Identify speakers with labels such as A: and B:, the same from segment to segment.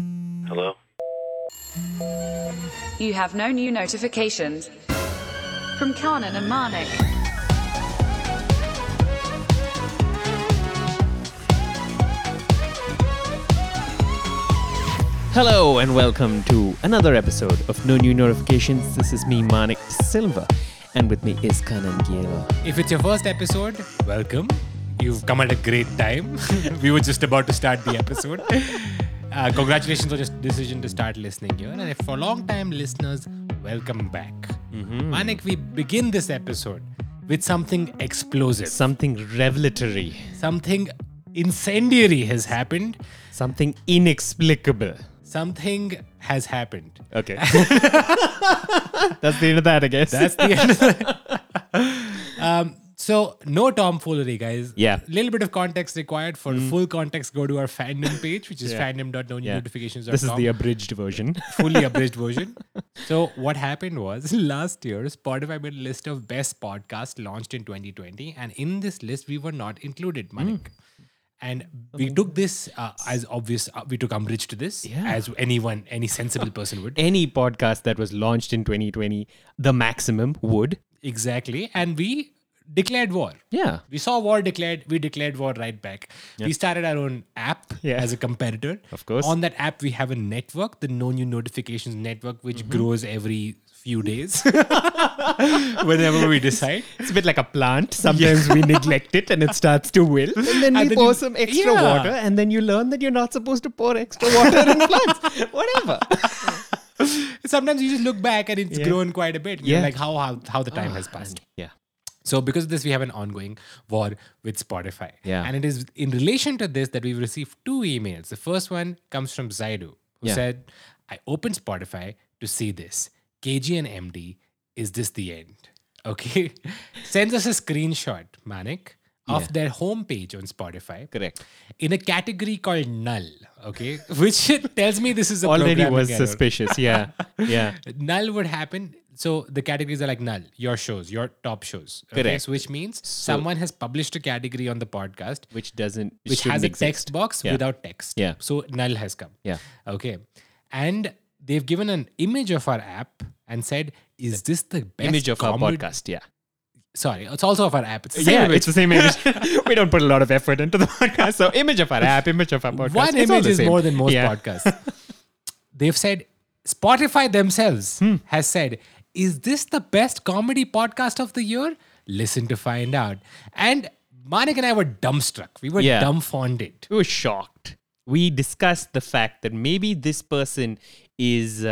A: Hello?
B: You have no new notifications from Kanan and Marnik.
C: Hello and welcome to another episode of No New Notifications. This is me, Manik Silva, and with me is Kanan Giela.
D: If it's your first episode, welcome. You've come at a great time. we were just about to start the episode. Uh, congratulations on your decision to start listening here. And if for long-time listeners, welcome back. Manik, we begin this episode with something explosive.
C: Something revelatory,
D: something incendiary has happened.
C: something inexplicable.
D: Something has happened.
C: Okay. That's the end of that, I guess.
D: That's the end. Of the- um, so no tomfoolery, guys.
C: Yeah. Mm.
D: Little bit of context required. For full context, go to our fandom page, which is
C: Yeah. Yeah.
D: fandom.notifications.com.
C: This is the abridged version.
D: fully abridged version. So what happened was last year Spotify made a list of best podcasts launched in 2020, and in this list we were not
C: Mm.
D: included, Manik. And we took this uh, as obvious. Uh, we took umbrage to this,
C: Oh. Yeah.
D: as anyone, any sensible person would.
C: Any podcast that was launched in 2020, the maximum would.
D: Exactly, and we declared war.
C: Yeah.
D: We saw war declared. We declared war right back. We started our own app
C: Yeah.
D: as a competitor.
C: Of course.
D: On that app, we have a network, the No New Notifications Network, which
C: Mm-hmm.
D: grows every few days. Whenever we decide.
C: It's a bit like a plant. Sometimes we neglect it and it starts to wilt. And then we
D: And then
C: pour
D: you-
C: some extra
D: Yeah.
C: water and then you learn that you're not supposed to pour extra water in plants. Whatever.
D: Sometimes you just look back and it's
C: Yeah.
D: grown quite a bit. and You're
C: Yeah. Ah,
D: like, how, how, how the time has passed.
C: Yeah.
D: So because of this, we have an ongoing war with Spotify.
C: Yeah.
D: And it is in relation to this that we've received two emails. The first one comes from Zaidu, who
C: Yeah.
D: said, I opened Spotify to see this. KG and MD, is this the end? Okay. Sends us a screenshot, Manik, of their homepage on Spotify.
C: Correct.
D: In a category called null. Okay. Which tells me this is a
C: Already
D: programming
C: was
D: error.
C: suspicious. Yeah. Yeah.
D: Null would happen. So the categories are like null, your shows, your top shows.
C: Correct.
D: So which means someone has published a category on the podcast
C: Which doesn't,
D: which has a text box
C: Yeah.
D: without text.
C: Yeah.
D: So null has come.
C: Yeah.
D: Okay. And they've given an image of our app and said, is this the best
C: Image of our
D: comedy-"
C: podcast. Yeah.
D: Sorry, it's also of our app. It's the same
C: yeah,
D: image.
C: it's the same image. we don't put a lot of effort into the podcast. So, image of our app, image of our podcast.
D: One
C: it's all
D: image
C: the
D: is
C: same.
D: more than most
C: Yeah.
D: podcasts. They've said Spotify themselves
C: Hmm.
D: has said, "Is this the best comedy podcast of the year? Listen to find out." And Manik and I were dumbstruck. We were
C: Yeah.
D: dumbfounded.
C: we were shocked. We discussed the fact that maybe this person is uh,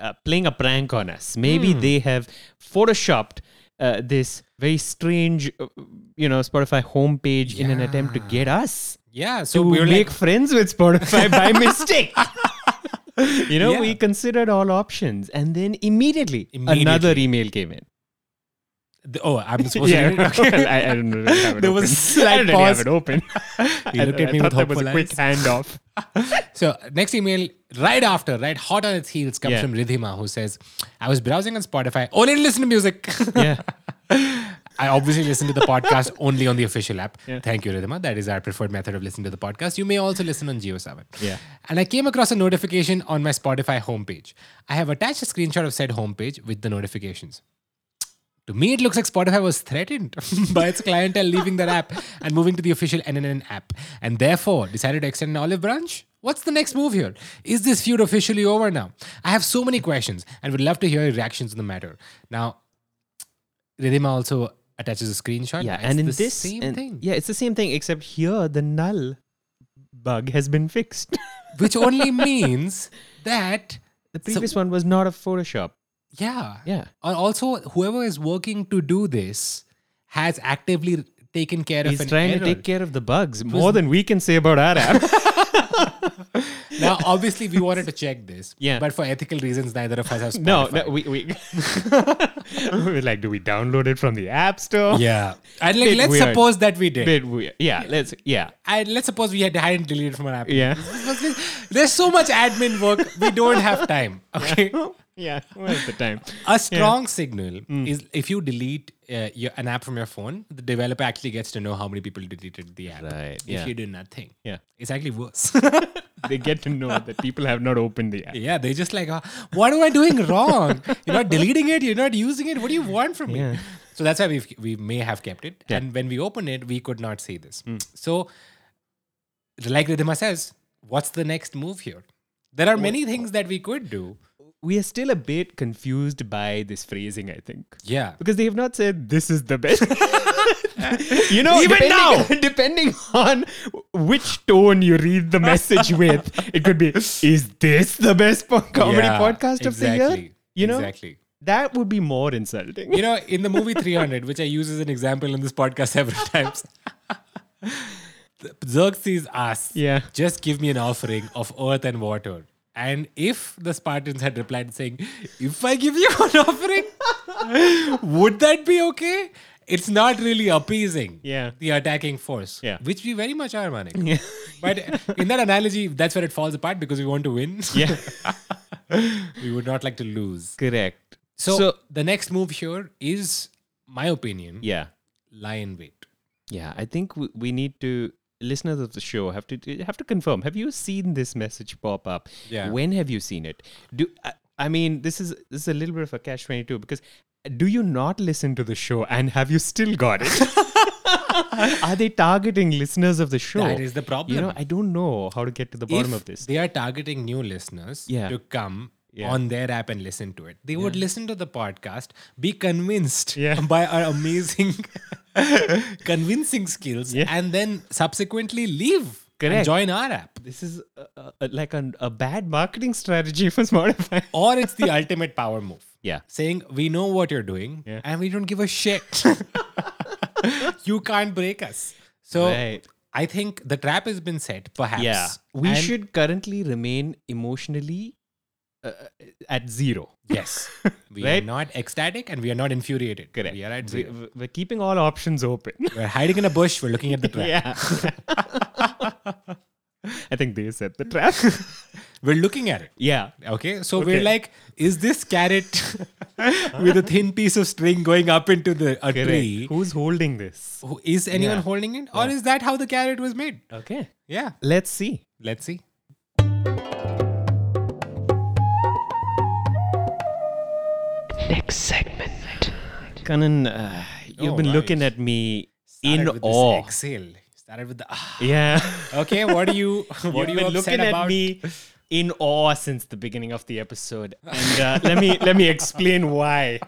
C: uh, playing a prank on us.
D: Hmm.
C: Maybe they have photoshopped uh, this very strange, uh, you know, Spotify homepage in an attempt to get us
D: Yeah, so
C: to
D: we were
C: make
D: like,
C: friends with Spotify by mistake. you know,
D: Yeah.
C: we considered all options, and then immediately, another
D: Immediately.
C: email came in.
D: "Oh, I'm supposed to." read it? Okay.
C: I, I don't know. if I have it
D: There was a
C: open.
D: slight
C: I don't really have
D: pause.
C: it open.
D: He looked
C: I-
D: at
C: I
D: me
C: thought that
D: with
C: was a
D: hopeful
C: quick handoff.
D: So next email, right after, right hot on its heels, comes
C: Yeah.
D: from Ridhima, who says, "I was browsing on Spotify. Only listen to music."
C: Yeah.
D: I obviously listen to the podcast only on the official app. Thank you, Ridhima. That is our preferred method of listening to the podcast. You may also listen on Geo7.
C: Yeah.
D: And I came across a notification on my Spotify homepage. I have attached a screenshot of said homepage with the notifications. To me, it looks like Spotify was threatened by its clientele leaving their app and moving to the official NNN app, and therefore decided to extend an olive branch. What's the next move here? Is this feud officially over now? I have so many questions and would love to hear your reactions on the matter. Now, Ridhima also attaches a screenshot.
C: yeah,
D: It's
C: and in
D: the
C: this
D: same
C: and-
D: thing,
C: Yeah, it's the same thing except here the null bug has been fixed.
D: which only means that
C: the previous one was not a Photoshop.
D: yeah,
C: Yeah.
D: And also, whoever is working to do this has actively taken care of
C: He's
D: an
C: trying
D: error.
C: to take care of the bugs more than we can say about our app.
D: now, obviously, we wanted to check this.
C: Yeah.
D: But for ethical reasons, neither of us has.
C: no, no, we we we were like, do we download it from the app store?
D: Yeah. And like,
C: Bit
D: let's
C: weird.
D: suppose that we did.
C: Bit we- yeah, let's yeah.
D: And let's suppose we had hadn't deleted from our app.
C: Yeah.
D: There's so much admin work. We don't have time. Okay.
C: yeah. Where's the time?
D: A strong signal
C: Hmm.
D: is if you delete uh, your, an app from your phone, the developer actually gets to know how many people deleted the app.
C: Right,
D: If
C: yeah.
D: you do nothing,
C: Yeah.
D: it's actually worse.
C: they get to know that people have not opened the app.
D: Yeah, they just like, "Ah, what am I doing wrong? You're not deleting it. You're not using it. What do you want from me?
C: Yeah.
D: So that's why we we may have kept it.
C: Yeah. Hmm.
D: And when we opened it, we could not see this. So, like Ridhima says, what's the next move here? There are many things that we could do.
C: We are still a bit confused by this phrasing, I think.
D: Yeah.
C: Because they have not said this is the best. you know,
D: Even
C: depending,
D: now.
C: depending on which tone you read the message with, it could be, is this the best po- comedy
D: Yeah,
C: podcast of the year?
D: exactly,
C: You know,
D: Exactly.
C: that would be more insulting.
D: You know, in the movie 300, which I use as an example in this podcast several times, Xerxes asks,
C: Yeah.
D: just give me an offering of earth and water. And if the Spartans had replied saying, if I give you an offering, would that be okay? It's not really appeasing
C: Yeah.
D: the attacking force,
C: Yeah.
D: which we very much are, Manik. But in that analogy, that's where it falls apart because we want to win.
C: yeah.
D: we would not like to lose.
C: Correct.
D: So,
C: So-
D: the next move here is, my opinion,
C: Yeah.
D: lie in wait.
C: Yeah, I think we, we need to listeners of the show have to uh, have to confirm. Have you seen this message pop up?
D: Yeah.
C: When have you seen it? Do I, I mean this is this is a little bit of a catch twenty two because uh, do you not listen to the show and have you still got it? Are they targeting listeners of the show?
D: That is the problem.
C: You know, I don't know how to get to the bottom
D: If
C: of this.
D: They are targeting new listeners
C: Yeah.
D: to come
C: Yeah.
D: on their app and listen to it. They would listen to the podcast, be convinced
C: Yeah.
D: by our amazing convincing skills,
C: Yeah.
D: and then subsequently leave and
C: Correct.
D: join our app.
C: This is a, a, a- like an, a bad marketing strategy for Spotify.
D: Or it's the ultimate power move.
C: Yeah.
D: Saying we know what you're doing
C: Yeah.
D: and we don't give a shit. you can't break us. So
C: Right.
D: I think the trap has been set, perhaps.
C: Yeah, we
D: And-
C: should currently remain emotionally uh, at zero.
D: Yes. We
C: Right?
D: are not ecstatic and we are not infuriated.
C: Correct.
D: We are at
C: We-
D: zero.
C: we- We're keeping all options open.
D: We're hiding in a bush. We're looking at the trap.
C: yeah. I think they set the trap.
D: We're looking at it.
C: yeah.
D: Okay. So
C: Okay.
D: we're like, is this carrot with a thin piece of string going up into the a tree?
C: Who's holding this?
D: Who- Is anyone
C: Yeah.
D: holding it? Or is that how the carrot was made?
C: Okay.
D: Yeah.
C: Let's see.
D: Let's see.
A: Next segment.
C: Kanan, uh, you've
D: Oh,
C: been
D: wow,
C: looking
D: you
C: at me
D: Started
C: in
D: with this
C: awe.
D: Exhale. Started with the ah.
C: Yeah.
D: Okay. What do you? What are
C: you've
D: you
C: been
D: upset
C: looking
D: about?
C: at me in awe since the beginning of the episode, and uh, let me let me explain why.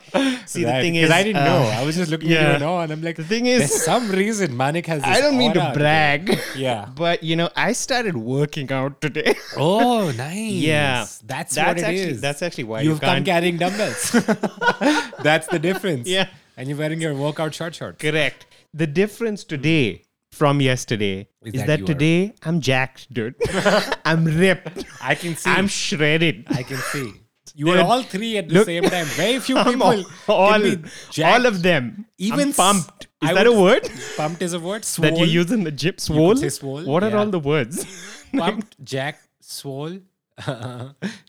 C: See, the
D: Right,
C: thing is,
D: because I didn't
C: uh,
D: know. I was just looking at
C: yeah.
D: you and awe, and I'm like,
C: The thing is-
D: there's some reason Manik has. This
C: I don't mean to
D: aura.
C: brag.
D: Yeah.
C: But you know, I started working out today.
D: Oh, nice.
C: Yeah.
D: That's,
C: That's
D: what it is.
C: actually- that's actually why you
D: you've come
C: can't-
D: carrying dumbbells. that's the difference.
C: Yeah.
D: And you're wearing your workout short shorts.
C: Correct. The difference today from yesterday is,
D: that
C: that,
D: you are-
C: today I'm jacked, dude. I'm ripped.
D: I can see.
C: I'm shredded.
D: I can see. You were
C: Dude,
D: all three at the
C: look-
D: same time. Very few
C: I'm
D: people.
C: all, all,
D: can be jacked.
C: all of them.
D: Even
C: Even
D: s-
C: pumped. Is
D: I
C: that
D: would-
C: a word
D: Pumped is a word. Swole.
C: that you use in the gym? Swole?
D: say swole,
C: What are
D: yeah.
C: all the words?
D: Pumped, jack, swole,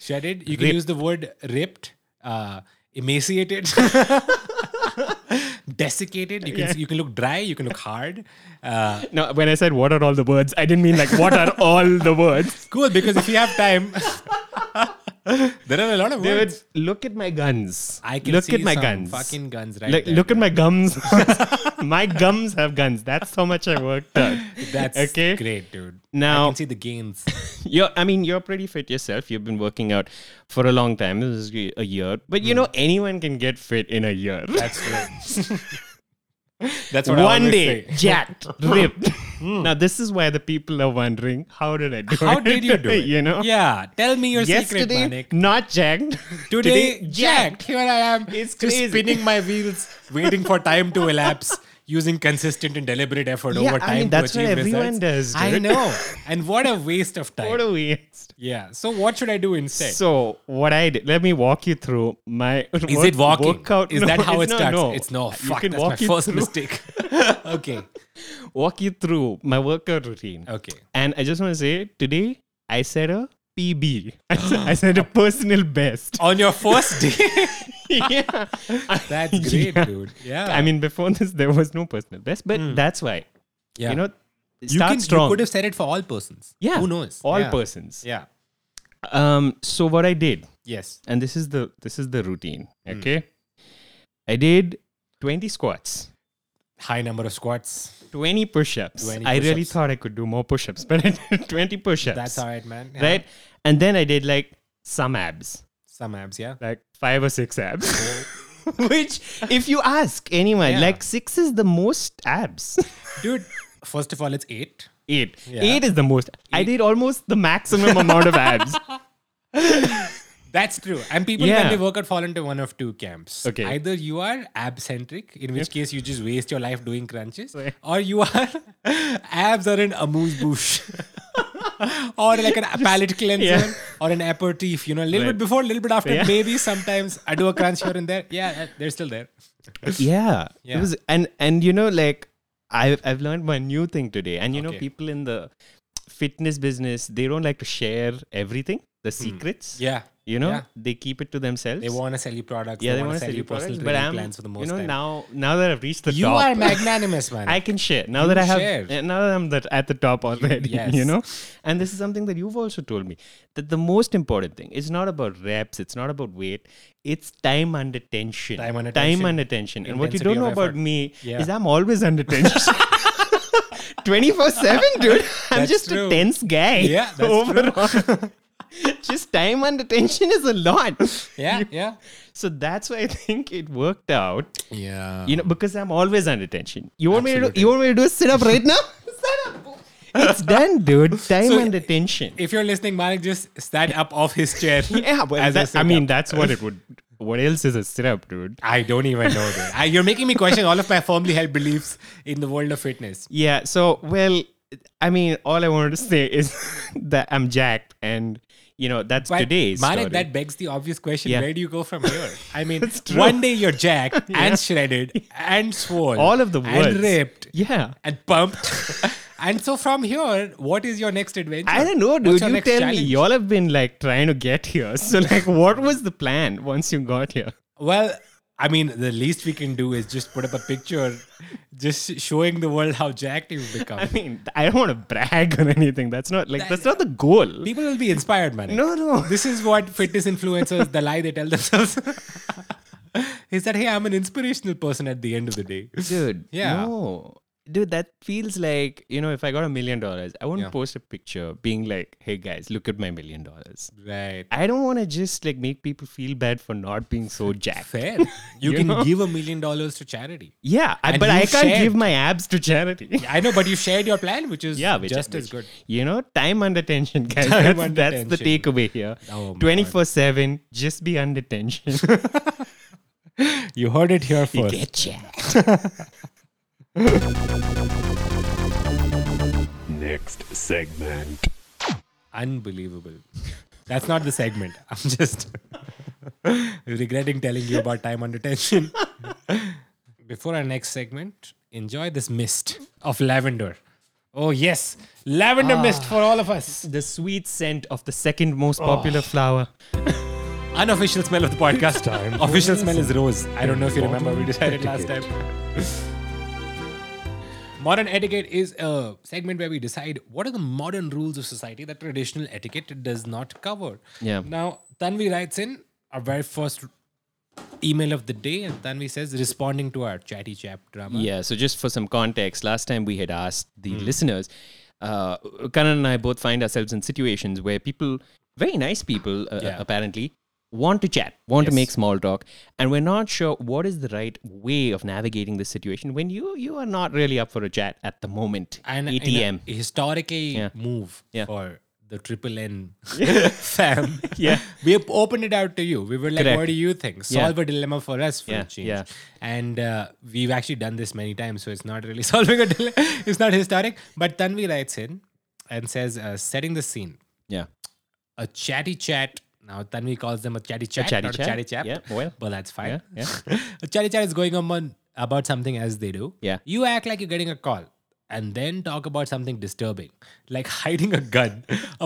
D: shedded. You can
C: Ripped.
D: use the word ripped, uh, emaciated. Desiccated. You can you can look dry. You can look hard. Uh,
C: no, when I said what are all the words, I didn't mean like what are all the words.
D: Cool, because if you have time, there are a lot of
C: David,
D: words.
C: look at my guns.
D: I can
C: look
D: see
C: at my
D: some
C: guns.
D: fucking guns right
C: Like,
D: there.
C: look at my gums. my gums have guns. That's how much I worked out.
D: That's
C: okay.
D: great, dude. I
C: Now-
D: can see the gains.
C: You're, I mean, you're pretty fit yourself. You've been working out for a long time. This is a year, but you know, anyone can get fit in a year.
D: That's true. That's what I
C: One
D: always
C: day,
D: say. Hmm.
C: jacked, ripped. Now, this is why the people are wondering, how did I do it?
D: How did you do it?
C: you know,
D: Yeah, tell me your secret,
C: yesterday
D: Manik.
C: not jacked.
D: Today, jacked. Here I am,
C: It's
D: just
C: crazy.
D: spinning my wheels, waiting for time to elapse, using consistent and deliberate effort
C: Yeah,
D: over
C: I
D: time
C: mean, that's
D: to
C: what
D: achieve
C: everyone
D: results.
C: does,
D: I
C: dude.
D: know, and what a waste of time.
C: What a waste.
D: yeah. So what should I do instead?
C: So what I did? Let me walk you through my.
D: Is it walking?
C: Workout.
D: Is
C: No,
D: that how it
C: it's not-
D: starts?
C: No,
D: It's no.
C: You
D: Fuck,
C: can
D: that's
C: walk
D: my
C: you
D: first
C: through-
D: mistake. okay,
C: Walk you through my workout routine.
D: okay.
C: And I just want to say today I set a PB. I said, I set a personal best.
D: On your first day,
C: yeah.
D: that's great,
C: Yeah.
D: dude. Yeah, Hmm.
C: I mean, before this there was no personal best, but that's why.
D: yeah.
C: You know,
D: You,
C: Start
D: can,
C: strong.
D: you could have said it for all persons.
C: yeah.
D: Who knows?
C: All
D: yeah.
C: persons.
D: Yeah.
C: Um. So what I did,
D: Yes.
C: and this is the this is the routine.
D: Hmm.
C: Okay. I did twenty squats.
D: High number of squats.
C: 20 push-ups.
D: 20
C: I really
D: push-ups.
C: thought I could do more push-ups, but I did 20 push-ups.
D: That's all right, man. Yeah.
C: Right? And then I did like some abs,
D: Some abs, yeah.
C: like five or six abs. Which, if you ask anyone,
D: Oh. Yeah.
C: like six is the most abs.
D: Dude, first of all, it's eight.
C: Eight.
D: Yeah.
C: Eight is the most. I did almost the maximum amount of abs.
D: That's true. And people,
C: Yeah.
D: when they work out, fall into one of two camps.
C: Okay.
D: Either you are abcentric, in which case you just waste your life doing crunches,
C: Right.
D: or you are abs are an amuse bouche. or like an, a palate cleanser
C: yeah.
D: or an aperitif, you know, a little
C: Right.
D: bit before, a little bit after.
C: Yeah.
D: Maybe sometimes I do a crunch here and there. Yeah, uh, they're still there.
C: yeah. It
D: Yeah.
C: was, and, and you know, like, I've, I've learned my new thing today. And you know,
D: Okay.
C: people in the fitness business, they don't like to share everything, the secrets.
D: Hmm. Yeah.
C: You know,
D: Yeah.
C: they keep it to themselves.
D: They want to sell you products.
C: yeah, they,
D: wanna
C: want to sell you
D: personal
C: products, but
D: training
C: I'm,
D: plans for the most
C: you know,
D: time.
C: now now that I've reached the
D: you
C: top,
D: are magnanimous, man.
C: I can share now that I have
D: share.
C: uh, now that I'm that at the top already. You
D: yes.
C: know, and this is something that you've also told me that the most important thing is not about reps, it's not about weight, it's time under tension.
D: Time under
C: Time
D: tension.
C: under tension. And what you
D: Intensity
C: don't know
D: of
C: about
D: effort.
C: me
D: Yeah.
C: is I'm always under tension. 24 7, dude. I'm
D: That's
C: just a
D: true.
C: tense guy.
D: Yeah, that's true.
C: overall. just time under tension is a lot.
D: yeah, yeah.
C: So that's why I think it worked out.
D: Yeah.
C: You know, because I'm always under tension. You want me to do, you want me to do a sit up right now? sit up. It's done, dude. Time
D: So-
C: under tension.
D: if you're listening, Manik just sat up off his chair.
C: yeah, well,
D: as
C: that-
D: a
C: I mean,
D: sit-up.
C: that's what it would. What else is a sit up, dude?
D: I don't even know. Dude. I, you're making me question all of my firmly held beliefs in the world of fitness.
C: Yeah. So, well, I mean, all I wanted to say is that I'm jacked, and you know, that's
D: But
C: today's.
D: Manik,
C: story.
D: that begs the obvious question:
C: Yeah.
D: Where do you go from here? I mean,
C: true.
D: one day you're jacked and shredded and swollen,
C: all of the words.
D: and ripped
C: Yeah.
D: and pumped. and so from here, what is your next adventure?
C: I don't know,
D: What's
C: dude.
D: your
C: You
D: next
C: tell me.
D: challenge?
C: Y'all have been like trying to get here. So, like, what was the plan once you got here?
D: Well, I mean, the least we can do is just put up a picture, just showing the world how jacked you've become.
C: I mean, I don't want to brag or anything. That's not like that's not the goal.
D: People will be inspired, man.
C: No, no.
D: This is what fitness influencers, the lie they tell themselves. is that, hey, I'm an inspirational person at the end of the day.
C: dude.
D: Yeah.
C: No. Dude, that feels like, you know, if I got a million dollars, I wouldn't
D: Yeah.
C: post a picture being like, hey guys, look at my million dollars.
D: Right.
C: I don't want to just like make people feel bad for not being so jacked.
D: Fair. You,
C: You
D: can
C: know?
D: give a million dollars to charity.
C: Yeah, I,
D: And
C: but I
D: you've
C: can't
D: shared.
C: give my abs to charity. Yeah,
D: I know, but you shared your plan, which is
C: which-
D: just as
C: which-
D: good.
C: You know, time under tension, guys.
D: Time
C: that's
D: under
C: that's the
D: tension.
C: takeaway here.
D: Oh my God.
C: 24 7, just be under tension.
D: You heard it here first.
C: Get jacked.
E: Next segment.
D: Unbelievable. That's not the segment. I'm just regretting telling you about time under tension. Before our next segment, enjoy this mist of lavender. Oh, yes. Lavender mist for all of us.
C: the sweet scent of the second most popular
D: Oh.
C: flower.
D: Unofficial smell of the podcast time. Official smell is rose. I don't know if you remember, we decided last time. Modern etiquette is a segment where we decide what are the modern rules of society that traditional etiquette does not cover.
C: Yeah.
D: Now, Tanvi writes in our very first email of the day, and Tanvi says, responding to our chatty chap drama.
C: Yeah, so just for some context, last time we had asked the
D: Hmm.
C: listeners, uh, Karan and I both find ourselves in situations where people, very nice people uh,
D: Yeah.
C: apparently, want to chat, want to
D: Yes.
C: make small talk, and we're not sure what is the right way of navigating this situation when you you are not really up for a chat at the moment.
D: And in a
C: ATM.
D: historical
C: E Yeah.
D: move
C: Yeah.
D: for the triple N fam.
C: Yeah.
D: We have opened it out to you. We were like,
C: Correct.
D: what do you think?
C: Yeah.
D: Solve a dilemma for us for
C: Yeah,
D: a change.
C: yeah.
D: And uh, we've actually done this many times, so it's not really solving a dilemma. It's not historic. But Tanvi writes in and says, uh, setting the scene.
C: yeah.
D: a chatty chat. Now Tanvi calls them a chatty chat,
C: chatty
D: not
C: chat,
D: a chatty chat.
C: yeah, well,
D: but that's fine.
C: yeah,
D: a chatty chat is going on mon- about something as they do.
C: Yeah.
D: you act like you're getting a call, and then talk about something disturbing, like hiding a gun,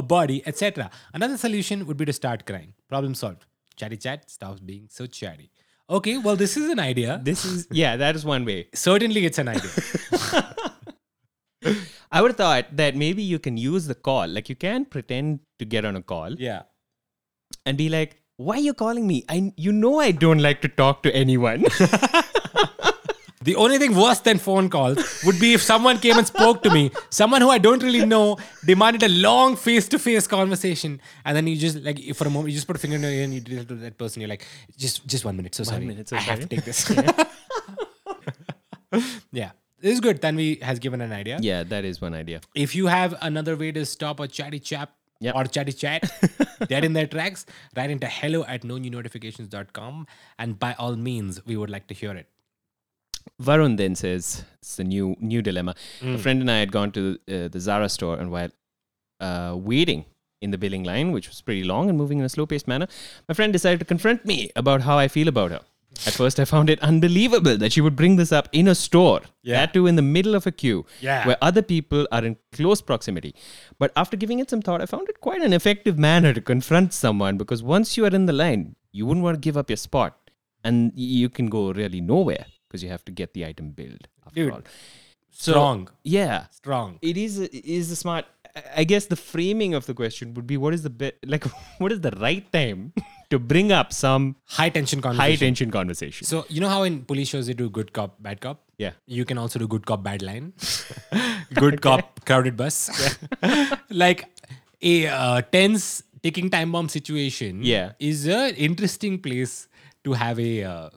D: a body, etc. Another solution would be to start crying. Problem solved. Chatty chat stops being so chatty. Okay, well this is an idea.
C: This is yeah, that is one way.
D: Certainly, it's an idea.
C: I I would have thought that maybe you can use the call. Like you can pretend to get on a call
D: Yeah.
C: and be like, why are you calling me? I you know I don't like to talk to anyone.
D: The only thing worse than phone calls would be if someone came and spoke to me, someone who I don't really know, demanded a long face-to-face conversation, and then you just like for a moment you just put a finger in your ear and you did it to that person. You're like, just just one minute. So sorry,
C: minute, so
D: I have to
C: sorry."
D: take this. yeah, this is good. Tanvi has given an idea.
C: yeah, that is one idea.
D: If you have another way to stop a chatty chap
C: Yep.
D: or chatty chat dead in their tracks, write into hello at nonewnotifications.com. And by all means, we would like to hear it.
C: Varun then says it's the new new dilemma. A
D: Mm.
C: friend and I had gone to uh, the Zara store, and while uh, waiting in the billing line, which was pretty long and moving in a slow-paced manner, my friend decided to confront me about how I feel about her. At first, I found it unbelievable that she would bring this up in a store,
D: Yeah.
C: that too in the middle of a queue,
D: Yeah.
C: where other people are in close proximity. But after giving it some thought, I found it quite an effective manner to confront someone because once you are in the line, you wouldn't want to give up your spot and y- you can go really nowhere because you have to get the item billed after
D: Dude.
C: all. So,
D: Strong.
C: Yeah.
D: Strong.
C: It is a, is a smart I- I guess the framing of the question would be what is the be- like what is the right time to bring up some
D: High tension conversation.
C: high tension conversation.
D: So you know how in police shows they do good cop, bad cop.
C: Yeah.
D: You can also do good cop, bad line. good cop, crowded bus. like a uh, tense ticking time bomb situation.
C: Yeah.
D: Is a interesting place to have a. Uh,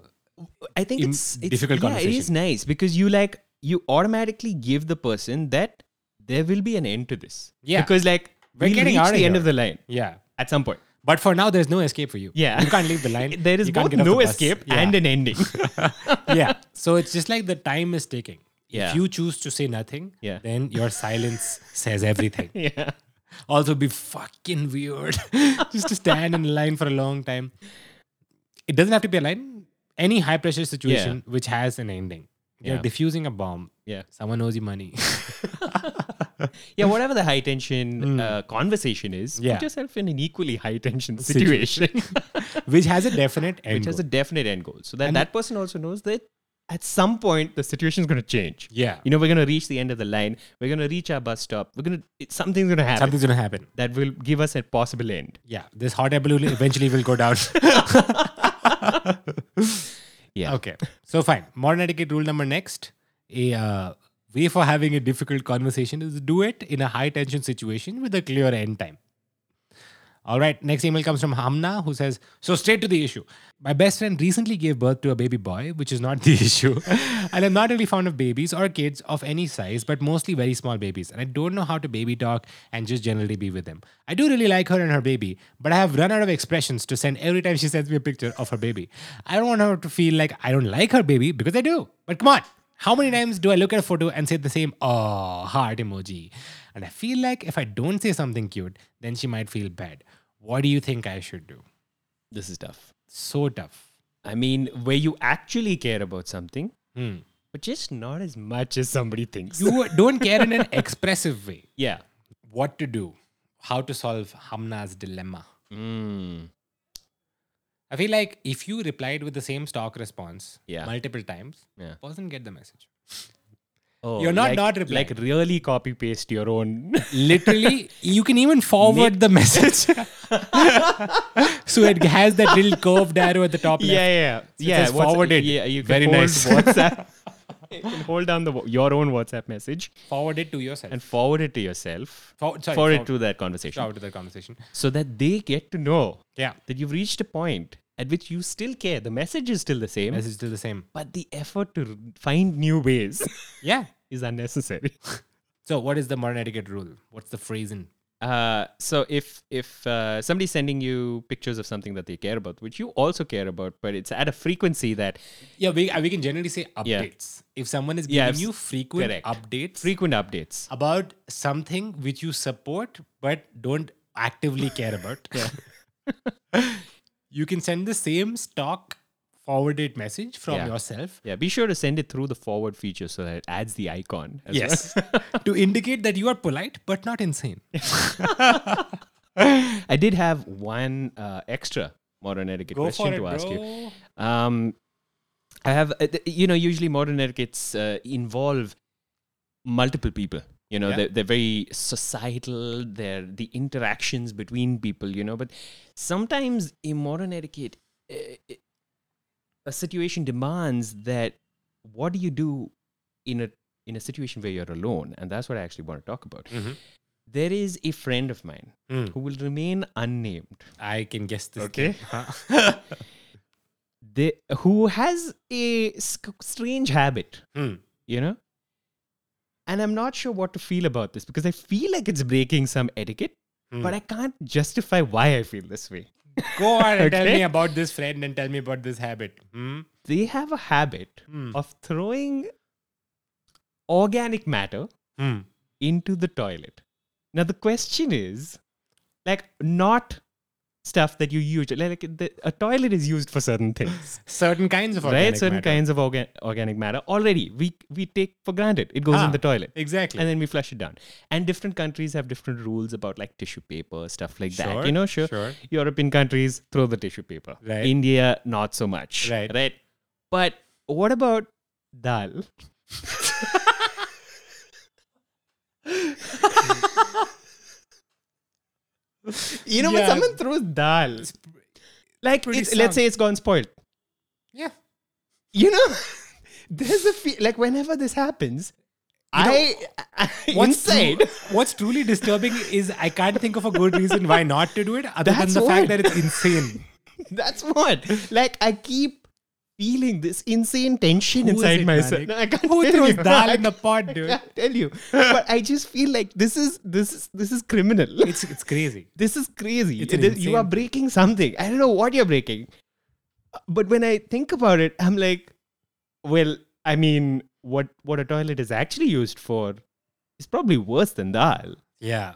C: I think
D: im-
C: it's, it's
D: difficult
C: yeah, it is
D: conversation.
C: nice because you like you automatically give the person that there will be an end to this.
D: Yeah.
C: Because like
D: We're
C: we'll
D: getting
C: reach
D: outta
C: the end
D: here.
C: of the line
D: yeah.
C: at some point.
D: But for now, there's no escape for you.
C: Yeah.
D: You can't leave the line.
C: There is
D: You can't
C: both
D: get off
C: no
D: the bus.
C: escape
D: Yeah.
C: and an ending.
D: yeah. So it's just like the time is taking.
C: Yeah.
D: If you choose to say nothing,
C: Yeah.
D: then your silence says everything.
C: yeah.
D: Also, be fucking weird just to stand in line for a long time. It doesn't have to be a line. Any high pressure situation which has an ending. You're
C: Yeah.
D: diffusing a bomb.
C: Yeah.
D: Someone owes you money.
C: Yeah, whatever the high tension uh, conversation is,
D: Hmm. Yeah.
C: put yourself in an equally high tension situation,
D: which has a definite end.
C: which has a
D: goal.
C: definite end goal. So that
D: And-
C: that person also knows that at some point the situation is going to change.
D: Yeah.
C: you know we're going to reach the end of the line. We're going to reach our bus stop. We're going to it, something's going to happen
D: Something's gonna happen.
C: that will give us a possible end.
D: Yeah. This hot air balloon eventually will go down.
C: Yeah.
D: Okay. So fine. Modern etiquette rule number next. A uh, way for having a difficult conversation is do it in a high tension situation with a clear end time. All right. Next email comes from Hamna who says, "So straight to the issue. My best friend recently gave birth to a baby boy, which is not the issue. and I'm not really fond of babies or kids of any size, but mostly very small babies. And I don't know how to baby talk and just generally be with them. I do really like her and her baby, but I have run out of expressions to send every time she sends me a picture of her baby. I don't want her to feel like I don't like her baby because I do. But come on." How many times do I look at a photo and say the same oh heart emoji? And I feel like if I don't say something cute, then she might feel bad. What do you think I should do?
C: This is tough.
D: So tough.
C: I mean, where you actually care about something,
D: Hmm.
C: but just not as much as somebody thinks.
D: You don't care in an expressive way.
C: yeah.
D: What to do? How to solve Hamna's dilemma?
C: Mm.
D: I feel like if you replied with the same stock response
C: Yeah.
D: multiple times,
C: Yeah.
D: person get the message.
C: Oh,
D: You're not
C: like,
D: not
C: like
D: replying.
C: really copy paste your own.
D: Literally, you can even forward
C: Make-
D: the message. so it has that little curved arrow at the top left.
C: yeah, yeah,
D: it
C: yeah.
D: says
C: What's-
D: forwarded.
C: Yeah, you can
D: Very
C: hold
D: nice.
C: WhatsApp. you can hold down the wa- your own WhatsApp message
D: Forward it to yourself.
C: and forward it to yourself.
D: For- sorry,
C: forward it
D: forward-
C: to that conversation
D: out to the conversation.
C: so that they get to know
D: Yeah.
C: that you've reached a point at which you still care. The message is still the same,
D: Message still the same.
C: but the effort to r- find new ways
D: Yeah.
C: is unnecessary.
D: So what is the modern etiquette rule? What's the phrasing?
C: Uh, so if if uh, somebody's sending you pictures of something that they care about, which you also care about, but it's at a frequency that
D: Yeah, we, uh, we can generally say
C: Yeah.
D: updates. If someone is giving
C: Yeah, if-
D: you frequent
C: correct.
D: updates
C: frequent updates.
D: about something which you support but don't actively care about, you can send the same stock forwarded message from
C: Yeah.
D: yourself.
C: Yeah, be sure to send it through the forward feature so that it adds the icon. as well.
D: Yes. to indicate that you are polite but not insane.
C: I did have one uh, extra modern etiquette
D: Go
C: question
D: for it,
C: to ask you.
D: bro.
C: Um, I have, uh, th- you know, usually modern etiquettes uh, involve multiple people you know
D: Yeah.
C: they're, they're very societal they're the interactions between people you know but sometimes in modern etiquette eh, eh, a situation demands that what do you do in a in a situation where you're alone and that's what i actually want to talk about There is a friend of mine who will remain unnamed
D: I can guess this.
C: Okay.
D: thing. Huh?
C: they, who has a sc- strange habit,
D: Hmm.
C: you know? And I'm not sure what to feel about this because I feel like it's breaking some etiquette,
D: Hmm.
C: but I can't justify why I feel this way.
D: Go on and tell
C: Okay.
D: me about this friend and tell me about this habit. Hmm?
C: They have a habit of throwing organic matter
D: Hmm.
C: into the toilet. Now, the question is like, not stuff that you use, like, the, a toilet is used for certain things.
D: Certain kinds of organic
C: right certain
D: matter.
C: kinds of organ- organic matter already we we take for granted it goes
D: Ah,
C: in the toilet
D: exactly.
C: and then we flush it down and different countries have different rules about like tissue paper stuff like
D: Sure,
C: that you know sure,
D: sure.
C: european countries throw the tissue paper
D: Right.
C: india not so much
D: Right.
C: right but what about dal you know when
D: Yeah.
C: someone throws dal like
D: pretty
C: it's, let's
D: some-
C: say it's gone spoiled
D: Yeah.
C: you know there's a feel like whenever this happens I, I
D: What's, tru-
C: inside
D: what's truly disturbing is I can't think of a good reason why not to do it other
C: That's
D: than the fact
C: what-
D: that it's insane.
C: that's what like i keep feeling this insane tension
D: Who is
C: inside
D: it,
C: myself
D: Manik?
C: No, i can't
D: Who
C: tell
D: throws
C: you.
D: dal in
C: I
D: the pot, dude?
C: can't tell you but i just feel like this is this is this is criminal
D: It's it's crazy.
C: this is crazy
D: It's an
C: This- you
D: insane
C: are breaking something i don't know what you're breaking but when i think about it i'm like well i mean what what a toilet is actually used for is probably worse than dal
D: Yeah.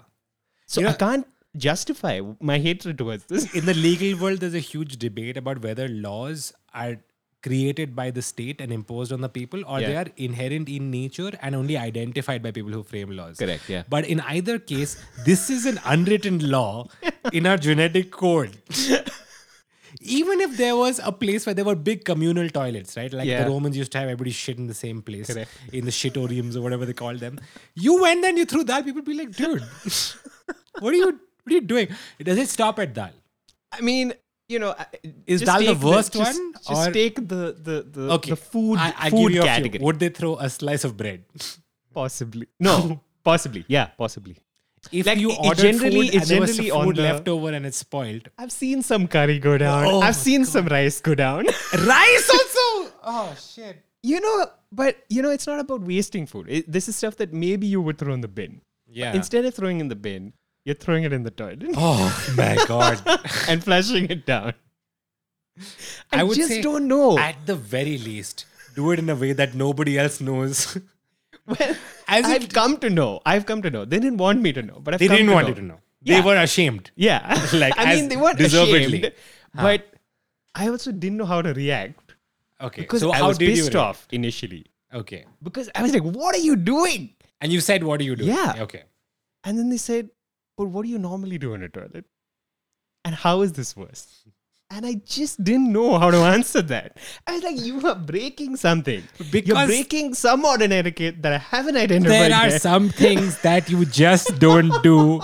C: So
D: You
C: I
D: know-
C: can't justify my hatred towards this.
D: In the legal world, there's a huge debate about whether laws are created by the state and imposed on the people or they
C: Yeah.
D: are inherent in nature and only identified by people who frame laws.
C: Correct, yeah.
D: But in either case, this is an unwritten law in our genetic code. Even if there was a place where there were big communal toilets, right? Like
C: Yeah.
D: the Romans used to have everybody shit in the same place, in the shitoriums or whatever they call them. You went and you threw dal, people be like, dude, what are you what are you doing? Does it stop at dal?
C: I mean, you know, I-
D: Is
C: just
D: dal the
C: take
D: worst
C: just-
D: one,
C: Just,
D: or-
C: take the the the, the food
D: I, I
C: food
D: give you a few.
C: category.
D: Would they throw a slice of bread?
C: Possibly no, possibly yeah, possibly.
D: If
C: Like,
D: you
C: it- it
D: ordered
C: generally-
D: food and
C: it
D: there was
C: generally
D: food
C: on the-
D: left over and it's spoiled,
C: I've seen some curry go down.
D: Oh
C: I've
D: my
C: seen some rice go down.
D: rice also. oh shit!
C: you know, but you know, it's not about wasting food. It- this is stuff that maybe you would throw in the bin.
D: Yeah.
C: Instead of throwing in the bin, you're throwing it in the toilet
D: oh my god!
C: and flushing it down. I,
D: would
C: just
D: say
C: don't know.
D: At the very least, do it in a way that nobody else knows.
C: Well,
D: As if-
C: I've come to know. I've come to know. They didn't want me to know, but I've
D: they
C: come
D: didn't
C: to
D: want
C: know.
D: you to know.
C: Yeah.
D: They were ashamed.
C: Yeah,
D: Like,
C: I
D: as
C: mean, they weren't
D: deservedly. Ah.
C: ashamed, but I also didn't know how to react
D: Okay.
C: because
D: so
C: I
D: how
C: was
D: did you
C: pissed
D: react?
C: off initially
D: Okay.
C: because I was like, "What are you doing?"
D: And you said, "What do you do?"
C: Yeah.
D: Okay.
C: And then they said, "But what do you normally do in a toilet? And how is this worse?" And I just didn't know how to answer that. I was like, "You are breaking something. You're
D: Because-
C: breaking some order etiquette that I haven't identified."
D: there are
C: yet."
D: some things that you just don't do.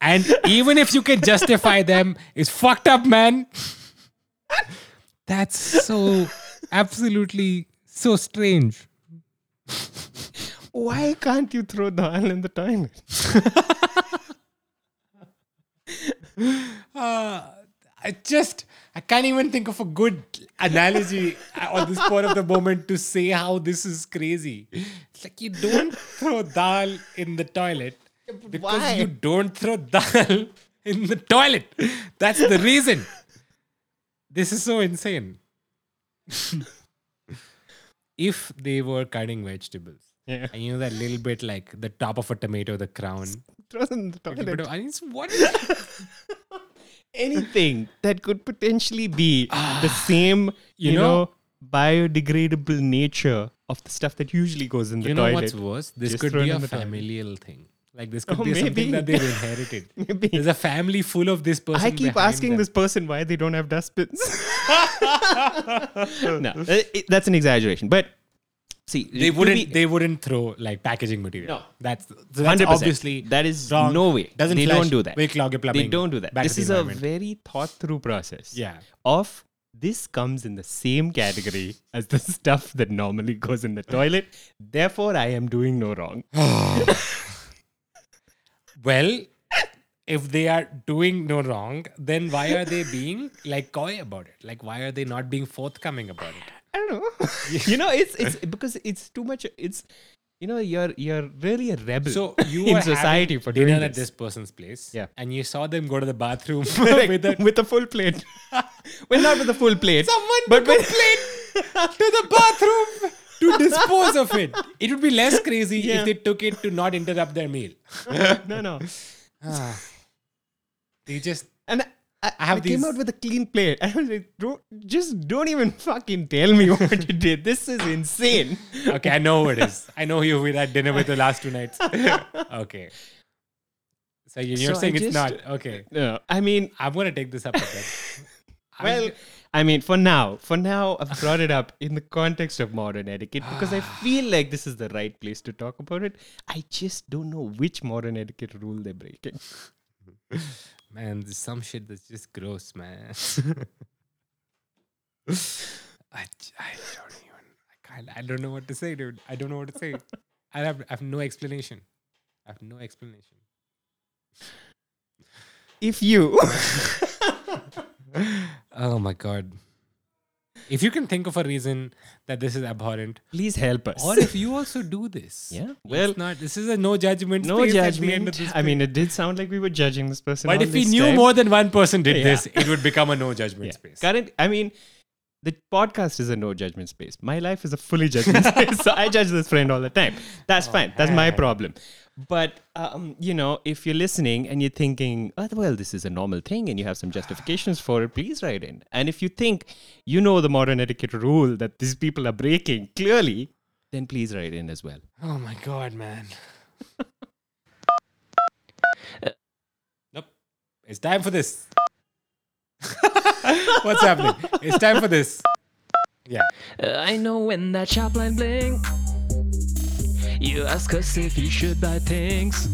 D: and even if you can justify them, it's fucked up, man. That's so absolutely so strange.
C: why can't you throw the oil in the toilet?
D: Uh, I just I can't even think of a good analogy uh, on this point of the moment to say how this is crazy. It's like you don't throw dal in the toilet because
C: why?
D: you don't throw dal in the toilet. That's the reason. This is so insane. if they were cutting vegetables,
C: Yeah.
D: and you know that little bit like the top of a tomato, the crown,
C: Throw it in the
D: a little bit of
C: toilet.
D: onions. What?
C: Anything that could potentially be the same, you,
D: Ah, You know-
C: know, biodegradable nature of the stuff that usually goes in the
D: you know
C: toilet.
D: what's worse? This
C: Just
D: could
C: throw
D: be
C: it
D: a
C: in the toilet.
D: familial thing. Like this could
C: Oh,
D: be something
C: maybe.
D: that they've inherited.
C: Maybe.
D: There's a family full of this person.
C: I keep
D: behind
C: asking
D: them.
C: this person why they don't have dustbins. no, uh, it- that's an exaggeration. But See,
D: They
C: it will
D: wouldn't.
C: be-
D: they wouldn't throw like packaging material.
C: No.
D: that's, so that's
C: 100%.
D: obviously
C: that is
D: wrong.
C: no way.
D: Doesn't
C: they
D: flush,
C: don't do that.
D: Will clog your plumbing.
C: They don't do that.
D: back to
C: This
D: the
C: is a
D: environment.
C: very thought through process.
D: Yeah.
C: Of this comes in the same category as the stuff that normally goes in the toilet. Therefore, I am doing no wrong.
D: well. If they are doing no wrong, then why are they being like coy about it? Like why are they not being forthcoming about it?
C: I don't know. you know, it's it's because it's too much. It's you know, you're you're really a rebel.
D: So you
C: in
D: were
C: society
D: having
C: for doing
D: dinner
C: this.
D: at this person's place,
C: Yeah.
D: and you saw them go to the bathroom
C: Correct,
D: with a
C: with a full plate. well, not with a full plate.
D: Someone
C: but
D: took a
C: with-
D: to the bathroom to dispose of it. It would be less crazy
C: Yeah.
D: if they took it to not interrupt their meal.
C: no, no.
D: They just
C: And I, I,
D: I have
C: I came
D: these-
C: out with a clean plate. I was like, don't, just don't even fucking tell me what you did. This is insane.
D: okay. I know who it is. I know who you were at dinner with the last two nights. okay. So you- you're
C: So I
D: saying it's
C: just-
D: not okay.
C: No, I mean,
D: I'm gonna take this up. with them. I'm
C: well, I mean, for now, for now, I've brought it up in the context of modern etiquette because I feel like this is the right place to talk about it. I just don't know which modern etiquette rule they're breaking.
D: Man, there's some shit that's just gross, man. I, j- I don't even. I can't. I don't know what to say, dude. I don't know what to say. I have. I have no explanation. I have no explanation.
C: If you,
D: Oh my god. If you can think of a reason that this is abhorrent,
C: please help us.
D: or if you also do this,
C: Yeah,
D: Well,
C: well-
D: not. This is a no judgment.
C: no
D: space at the end of
C: judgment.
D: this
C: I
D: thing.
C: mean, it did sound like we were judging this person.
D: but
C: all
D: if we
C: this
D: knew
C: time.
D: more than one person did
C: Yeah.
D: this, it would become a no judgment
C: Yeah.
D: space.
C: Current, I mean, the podcast is a no judgment space. My life is a fully judgment space. So I judge this friend all the time. That's fine. That's my problem. But, um, you know, if you're listening and you're thinking, oh, well, this is a normal thing and you have some justifications for it, please write in. And if you think you know the modern etiquette rule that these people are breaking clearly, then please write in as well.
D: Oh my god, man. nope. It's time for this. What's happening? It's time for this. Yeah.
A: Uh, I know when that shop line bling. You ask us if you should buy things.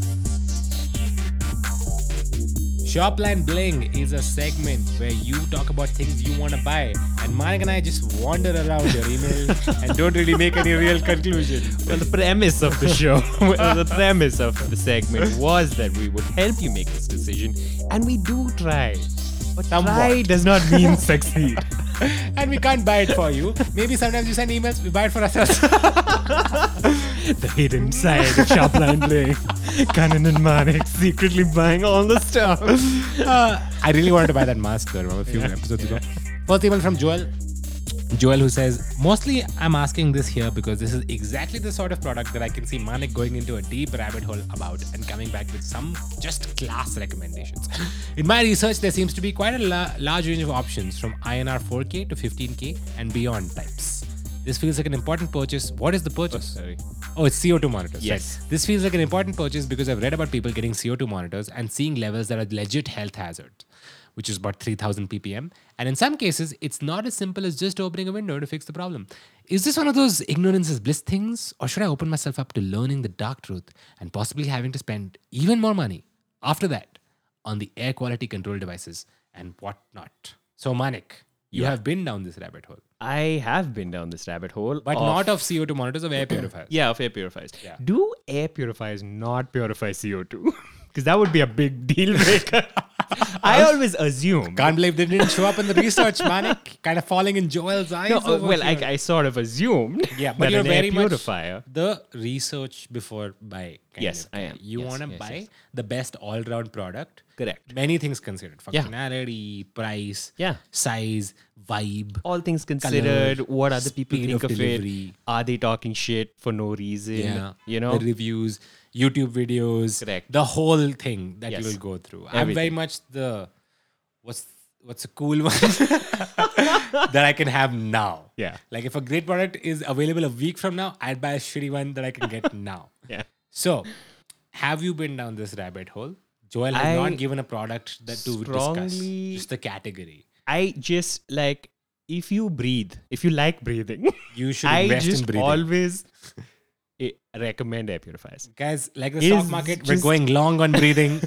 D: Shopline Bling is a segment where you talk about things you want to buy, and Mike and I just wander around your email and don't really make any real conclusion.
C: Well, the premise of the show, well, the premise of the segment was that we would help you make this decision, and we do try. But
D: Somewhat.
C: try does not mean succeed.
D: And we can't buy it for you. Maybe sometimes you send emails, we buy it for ourselves.
C: the hidden side of Shopline Blake. Kanan and Manik secretly buying all the stuff.
D: Uh, I really wanted to buy that mask though, remember a few episodes ago. First email from Joel. Joel who says, Mostly I'm asking this here because this is exactly the sort of product that I can see Manik going into a deep rabbit hole about and coming back with some just class recommendations. In my research, there seems to be quite a la- large range of options from INR 4K to 15K and beyond types. This feels like an important purchase. What is the purchase?
C: sorry.
D: Oh, it's CO2 monitors.
C: Yes.
D: right. This feels like an important purchase because I've read about people getting CO2 monitors and seeing levels that are legit health hazards, which is about 3000 ppm. And in some cases, it's not as simple as just opening a window to fix the problem. Is this one of those ignorance is bliss things, or should I open myself up to learning the dark truth and possibly having to spend even more money after that on the air quality control devices and whatnot? So, Manik, you have been down this rabbit hole,
C: I have been down this rabbit hole,
D: but not of CO2 monitors, of air purifiers.
C: yeah of air purifiers. Do air purifiers not purify CO two? Because that would be a big deal breaker. I always assume
D: Can't believe they didn't show up in the research, Manik. Kind of falling in Joel's eyes.
C: No, uh,
D: over
C: well, I,
D: here.
C: I sort of assumed
D: yeah, but
C: that
D: you're
C: an air
D: very much
C: purifier.
D: the research before buy. kind
C: Yes,
D: of
C: I
D: guy.
C: am.
D: You
C: Yes,
D: want to
C: yes,
D: buy
C: yes.
D: the best all-round product.
C: Correct.
D: Many things considered:
C: Yeah.
D: functionality, price,
C: Yeah.
D: size, vibe.
C: All things considered, what other people
D: speed
C: think
D: of
C: of,
D: delivery.
C: it? Are they talking shit for no reason? uh, You know,
D: the reviews, YouTube videos,
C: Correct.
D: the whole thing that
C: Yes.
D: you will go through. I'm very
C: Everything.
D: much the what's what's a cool one that I can have now.
C: Yeah.
D: like if a great product is available a week from now, I'd buy a shitty one that I can get now.
C: yeah.
D: So, have you been down this rabbit hole? Joel has
C: I
D: not given a product that to discuss,
C: strongly-
D: just the category.
C: I just like if you breathe, if you like breathing,
D: You should
C: I
D: invest
C: just
D: in breathing.
C: always eh, recommend air purifiers.
D: Guys, like the
C: It
D: stock
C: is
D: market, we're
C: just-
D: going long on breathing.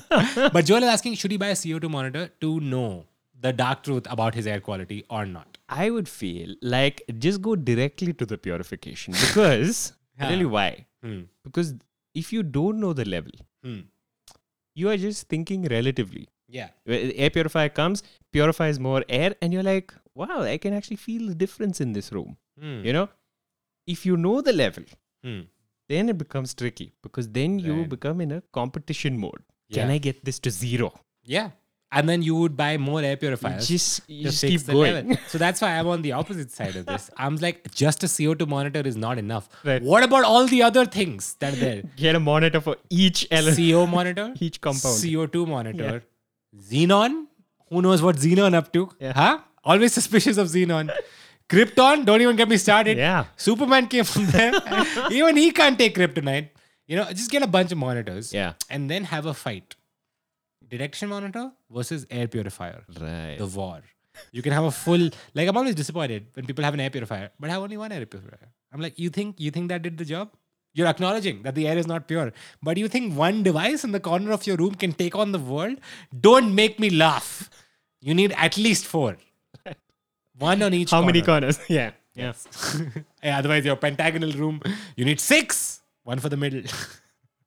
D: but Joel is asking, should he buy a CO2 monitor to know the dark truth about his air quality or not?
C: I would feel like just go directly to the purification because I'll tell you why.
D: Hmm.
C: Because if you don't know the level,
D: Hmm.
C: you are just thinking relatively.
D: Yeah.
C: Where the Air purifier comes, purifies more air, and you're like, wow, I can actually feel the difference in this room.
D: Hmm.
C: You know, if you know the level,
D: Hmm.
C: then it becomes tricky because then you
D: Right.
C: become in a competition mode. Can
D: Yeah.
C: I get this to zero?
D: Yeah. And then you would buy more air
C: You
D: purifiers.
C: just, you
D: to
C: just
D: fix
C: keep
D: the
C: going.
D: level. So that's why I'm on the opposite side of this. I'm like, just a CO2 monitor is not enough.
C: Right.
D: What about all the other things that are there?
C: Get a monitor for each element.
D: CO monitor,
C: Each compound.
D: CO2 monitor, xenon. Who knows what xenon up to? Huh? Always suspicious of xenon. Krypton. Don't even get me started.
C: Yeah.
D: Superman came from there. even he can't take kryptonite. You know, just get a bunch of monitors.
C: Yeah.
D: And then have a fight. Direction monitor versus air purifier.
C: Right.
D: The war. You can have a full like I'm always disappointed when people have an air purifier, but have only one air purifier. I'm like, you think you think that did the job? You're acknowledging that the air is not pure, but you think one device in the corner of your room can take on the world? Don't make me laugh. You need at least four. One on each.
C: How many
D: corner.
C: corners? Yeah. Yeah.
D: Yeah, otherwise, your pentagonal room, you need six. One for the middle.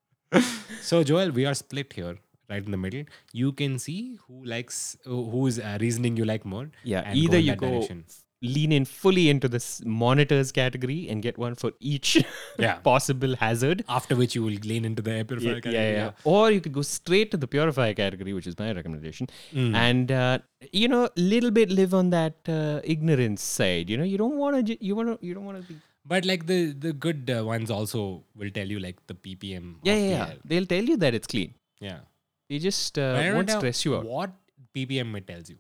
D: so, Joel, we are split here, right in the middle. You can see who likes, who- who's uh, reasoning you like more.
C: Yeah.
D: and
C: Either
D: in
C: you
D: that
C: go
D: direction.
C: f- lean in fully into this monitors category and get one for each
D: Yeah.
C: possible hazard.
D: After which you will lean into the air
C: Yeah,
D: purifier.
C: yeah,
D: category,
C: yeah. Or you could go straight to the purifier category, which is my recommendation. And uh, you know, little bit live on that uh, ignorance side. You know, you don't want to. You want to. You don't want to be.
D: But like the the good uh, ones also will tell you like the ppm.
C: Yeah,
D: of
C: yeah,
D: the
C: yeah.
D: air.
C: They'll tell you that it's clean.
D: yeah.
C: They just uh,
D: But I don't
C: won't
D: know
C: stress you out.
D: What ppm it tells you,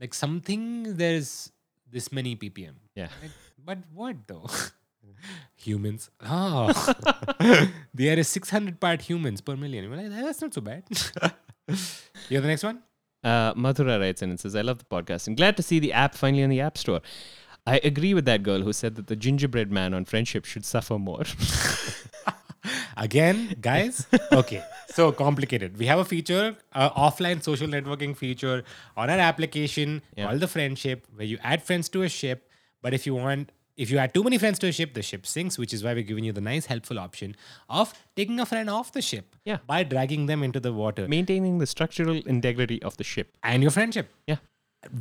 D: like something there is this many ppm.
C: Yeah.
D: Like, but what though? humans. Oh. the air is 600 part humans per million. You're like, that's not so bad. You're the next one?
C: Uh, Mathura writes in and says, I love the podcast and glad to see the app finally in the App Store. I agree with that girl who said that the gingerbread man on friendship should suffer more.
D: Again, guys? Okay. So complicated. We have a feature, uh, offline social networking feature on our application called the friendship, where you add friends to a ship. But if you want, if you add too many friends to a ship, the ship sinks, which is why we're giving you the nice, helpful option of taking a friend off the ship
C: Yeah.
D: by dragging them into the water.
C: Maintaining the structural integrity of the ship.
D: and your friendship.
C: Yeah.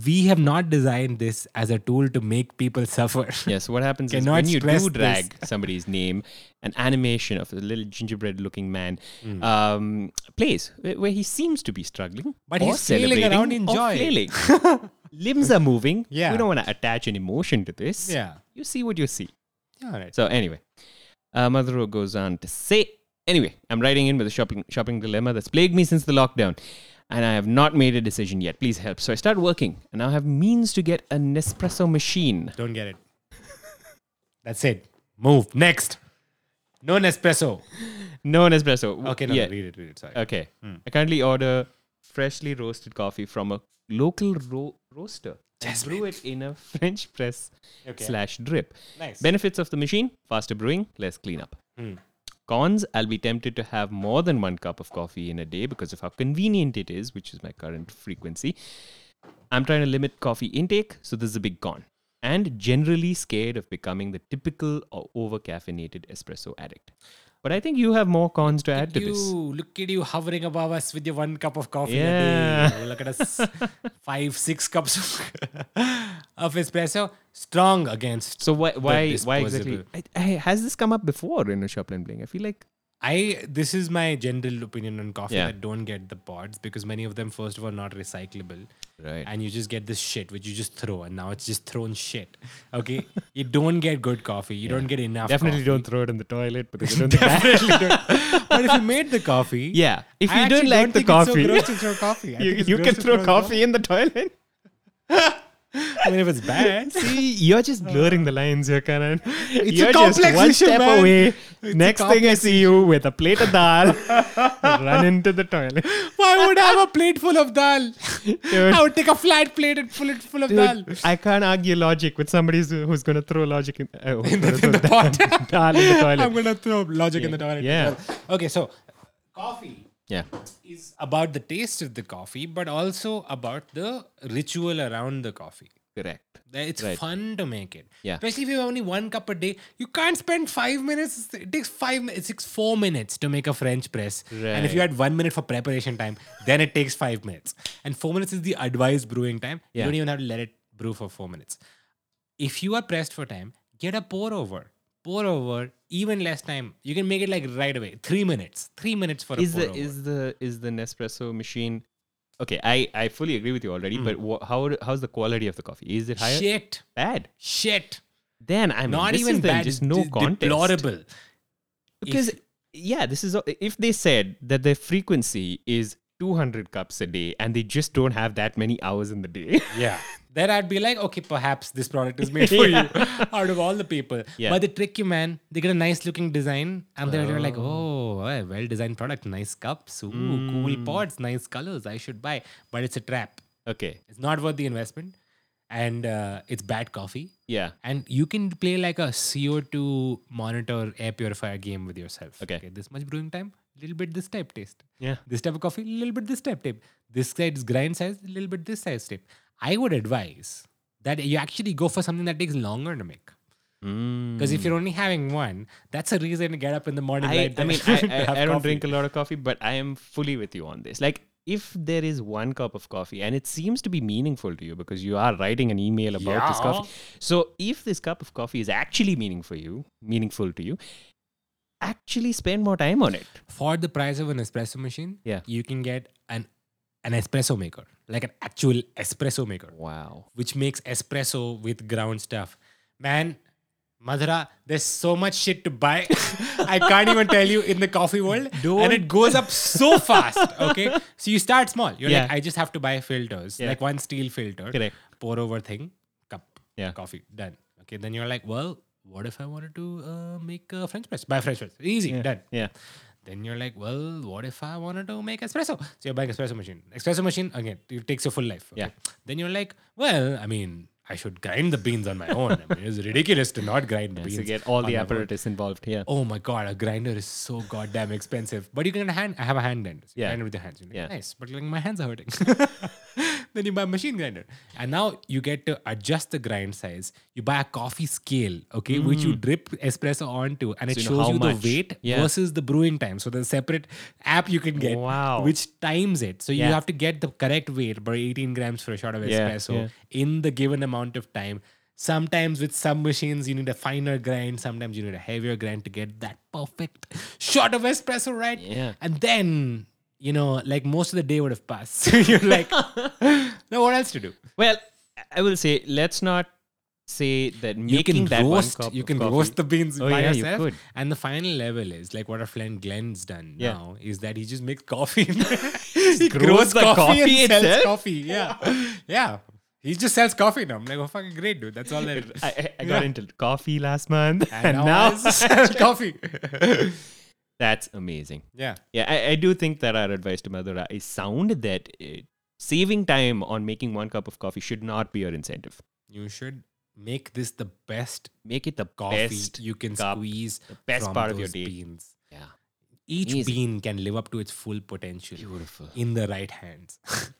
D: We have not designed this as a tool to make people suffer.
C: Yes, what happens is
D: Cannot
C: when you
D: stress
C: do
D: this.
C: drag somebody's name, an animation of a little gingerbread looking man
D: Hmm.
C: um, plays where, where he seems to be struggling.
D: But
C: or
D: he's flailing
C: celebrating
D: around in
C: or
D: joy.
C: flailing. Limbs are moving.
D: Yeah.
C: We don't want to attach an emotion to this.
D: Yeah.
C: You see what you see.
D: Yeah, all right.
C: So anyway, uh, Madhuro goes on to say, anyway, I'm writing in with a shopping shopping dilemma that's plagued me since the lockdown, and I have not made a decision yet. Please help. So I start working, and now have means to get a Nespresso machine.
D: Don't get it. That's it. Move. Next. No Nespresso.
C: No Nespresso.
D: Okay, no,
C: yeah.
D: no, read it, read it. Sorry.
C: Okay. I currently order freshly roasted coffee from a local ro- roaster. and brew it in a French press
D: Okay.
C: slash drip.
D: Nice. Hmm.
C: Benefits of the machine: faster brewing, less cleanup. Cons: I'll be tempted to have more than one cup of coffee in a day because of how convenient it is, which is my current frequency. I'm trying to limit coffee intake, so this is a big con. And generally scared of becoming the typical or over caffeinated espresso addict. But I think you have more cons to add to
D: you
C: this.
D: look at you hovering above us with your one cup of coffee. A
C: Yeah.
D: day. Look at us. Five, six cups of, of espresso. Strong against.
C: So why why why
D: disposable.
C: exactly? I, I, has this come up before in a Shopland Bling? I feel like
D: I this is my general opinion on coffee
C: Yeah.
D: that don't get the pods because many of them first of all not recyclable.
C: Right.
D: And you just get this shit which you just throw and now it's just thrown shit. Okay? you don't get good coffee. You don't get enough.
C: definitely
D: coffee.
C: don't throw it in the toilet because you don't think that-
D: but if you made the coffee,
C: Yeah. If
D: I
C: you don't
D: actually
C: like the
D: think it's so
C: coffee,
D: gross to throw coffee. I
C: you,
D: think it's
C: you can
D: gross to
C: throw coffee,
D: coffee.
C: in the toilet.
D: I mean, if it's bad,
C: See, you're just blurring the lines here, Karan.
D: a
C: you're just
D: complex
C: one
D: issue,
C: step
D: man.
C: away.
D: It's a
C: Next thing I see you with a plate of dal, run into the toilet.
D: why would I have a plate full of dal? I would take a flat plate and fill it full of dal.
C: Dude, I can't argue logic with somebody who's, who's going to throw logic in, uh, in
D: the- in the pot.
C: dal in the toilet.
D: I'm gonna throw logic in the toilet.
C: Yeah.
D: Okay, so coffee
C: yeah.
D: is about the taste of the coffee, but also about the ritual around the coffee.
C: Correct.
D: It's
C: Right.
D: fun to make it.
C: Yeah.
D: Especially if you have only one cup a day. You can't spend five minutes. It takes five mi- it takes four minutes to make a French press. And if you had one minute for preparation time, then it takes five minutes. And four minutes is the advised brewing time. You
C: Yeah.
D: don't even have to let it brew for four minutes. If you are pressed for time, get a pour over. Pour over, even less time. You can make it like right away. Three minutes. Three minutes for
C: Is
D: a pour
C: the
D: over.
C: is the is the Nespresso machine Okay, I, I fully agree with you already, but wha how how's the quality of the coffee? Is it higher?
D: Hmm. Shit.
C: Bad.
D: Shit.
C: Then I mean,
D: Not
C: this
D: even
C: is then
D: bad.
C: just no
D: de-
C: context.
D: Deplorable.
C: because yeah this is if they said that their frequency is 200 cups a day and they just don't have that many hours in the day
D: Yeah. Then I'd be like, okay, perhaps this product is made for you out of all the people.
C: Yeah.
D: But they trick you, man. They get a nice looking design and they're they're like, oh, well designed product, nice cups, ooh, cool pods, nice colors. I should buy. But it's a trap.
C: okay
D: It's not worth the investment. And uh, it's bad coffee.
C: yeah
D: And you can play like a CO2 monitor air purifier game with yourself.
C: Okay.
D: this much brewing time, little bit this type taste.
C: Yeah.
D: This type of coffee, little bit this type tape. This side's grind size, little bit this size tape. I would advise that you actually go for something that takes longer to make. Because if you're only having one, that's a reason to get up in the morning.
C: Hmm. I,
D: right
C: I
D: there
C: mean
D: to
C: I,
D: have
C: I, I don't
D: coffee.
C: drink a lot of coffee but i am fully with you on this like if there is one cup of coffee and it seems to be meaningful to you because you are writing an email about this coffee so if this cup of coffee is actually meaning for you meaningful to you actually spend more time on it
D: for the price of an espresso machine,
C: Yeah.
D: you can get an an espresso maker, like an actual espresso maker.
C: wow
D: which makes espresso with ground stuff. Man, Madhura, there's so much shit to buy. I can't even tell you in the coffee world. And it goes up so fast. Okay. So you start small. You're like,
C: Yeah.
D: I just have to buy filters,
C: Yeah.
D: like one steel filter,
C: Correct.
D: pour over thing, cup,
C: Yeah.
D: coffee, done. Okay. Then you're like, well, what if I wanted to uh, make a French press? Buy French press. Easy, done.
C: yeah
D: Then you're like, well, what if I wanted to make espresso? So you're buying espresso machine. Espresso machine, again, it takes your full life. okay?
C: Yeah.
D: Then you're like, well, I mean, I should grind the beans on my own. I mean, it's ridiculous to not grind the beans.
C: so get all
D: on
C: the
D: my own.
C: apparatus involved yeah
D: Oh my god, a grinder is so goddamn expensive. But you can hand I have a hand grinder. So you
C: Yeah.
D: grind it with your hands. You're like,
C: Yeah.
D: Nice. But like my hands are hurting. then you buy a machine grinder. And now you get to adjust the grind size. You buy a coffee scale, okay, which you drip espresso onto and it
C: Mm. you know
D: shows
C: how
D: you
C: much.
D: the weight
C: Yeah.
D: versus the brewing time. So there's a separate app you can get
C: Wow.
D: which times it. So you
C: Yeah.
D: have to get the correct weight by 18 grams for a shot of
C: Yeah,
D: espresso
C: yeah.
D: in the given amount of time. Sometimes with some machines you need a finer grind, sometimes you need a heavier grind to get that perfect shot of espresso, right?
C: Yeah.
D: And then, you know, like most of the day would have passed. So you're like, now what else to do?
C: Well, I will say let's not say that
D: You
C: making
D: can
C: that one
D: roast
C: cup
D: you
C: of
D: can
C: coffee-
D: roast the beans
C: Oh,
D: by
C: yeah, you
D: yourself.
C: could.
D: And the final level is like what our friend Glenn's done
C: Yeah.
D: now is that he just makes coffee. he
C: grows the coffee
D: and sells
C: itself?
D: coffee. Yeah. yeah. He just sells coffee now. I'm like, oh fucking great, dude. That's all that is.
C: I, I- I got into coffee last month,
D: and now, I sell coffee.
C: that's amazing.
D: yeah.
C: Yeah, I, I do think that our advice to Madhura is sound that uh saving time on making one cup of coffee should not be your incentive.
D: You should make this the best
C: Make it the
D: coffee
C: best
D: you can
C: cup.
D: squeeze
C: the best
D: from
C: part of your day.
D: those beans.
C: Yeah,
D: Each
C: Amazing.
D: bean can live up to its full potential.
C: beautiful.
D: in the right hands.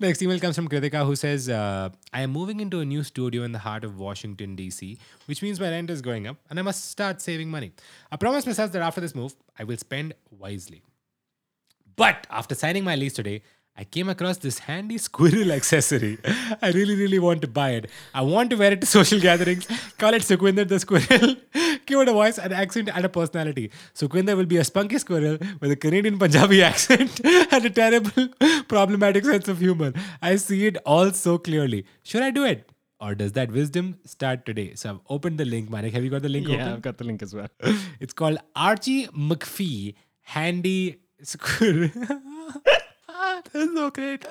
D: Next email comes from Kritika who says, uh, I am moving into a new studio in the heart of Washington, D.C., which means my rent is going up and I must start saving money. I promised myself that after this move, I will spend wisely. But after signing my lease today, I came across this handy squirrel accessory. I really, really want to buy it. I want to wear it to social gatherings. Call it Sukhwinder the squirrel. Give it a voice, an accent, and a personality. Sukhwinder will be a spunky squirrel with a Canadian Punjabi accent and a terrible, problematic sense of humor. I see it all so clearly. Should I do it? Or does that wisdom start today? So I've opened the link, Manik. Have you got the link open?
C: Yeah, I've got the link as well.
D: It's called Archie McPhee Handy Squirrel. That's so great.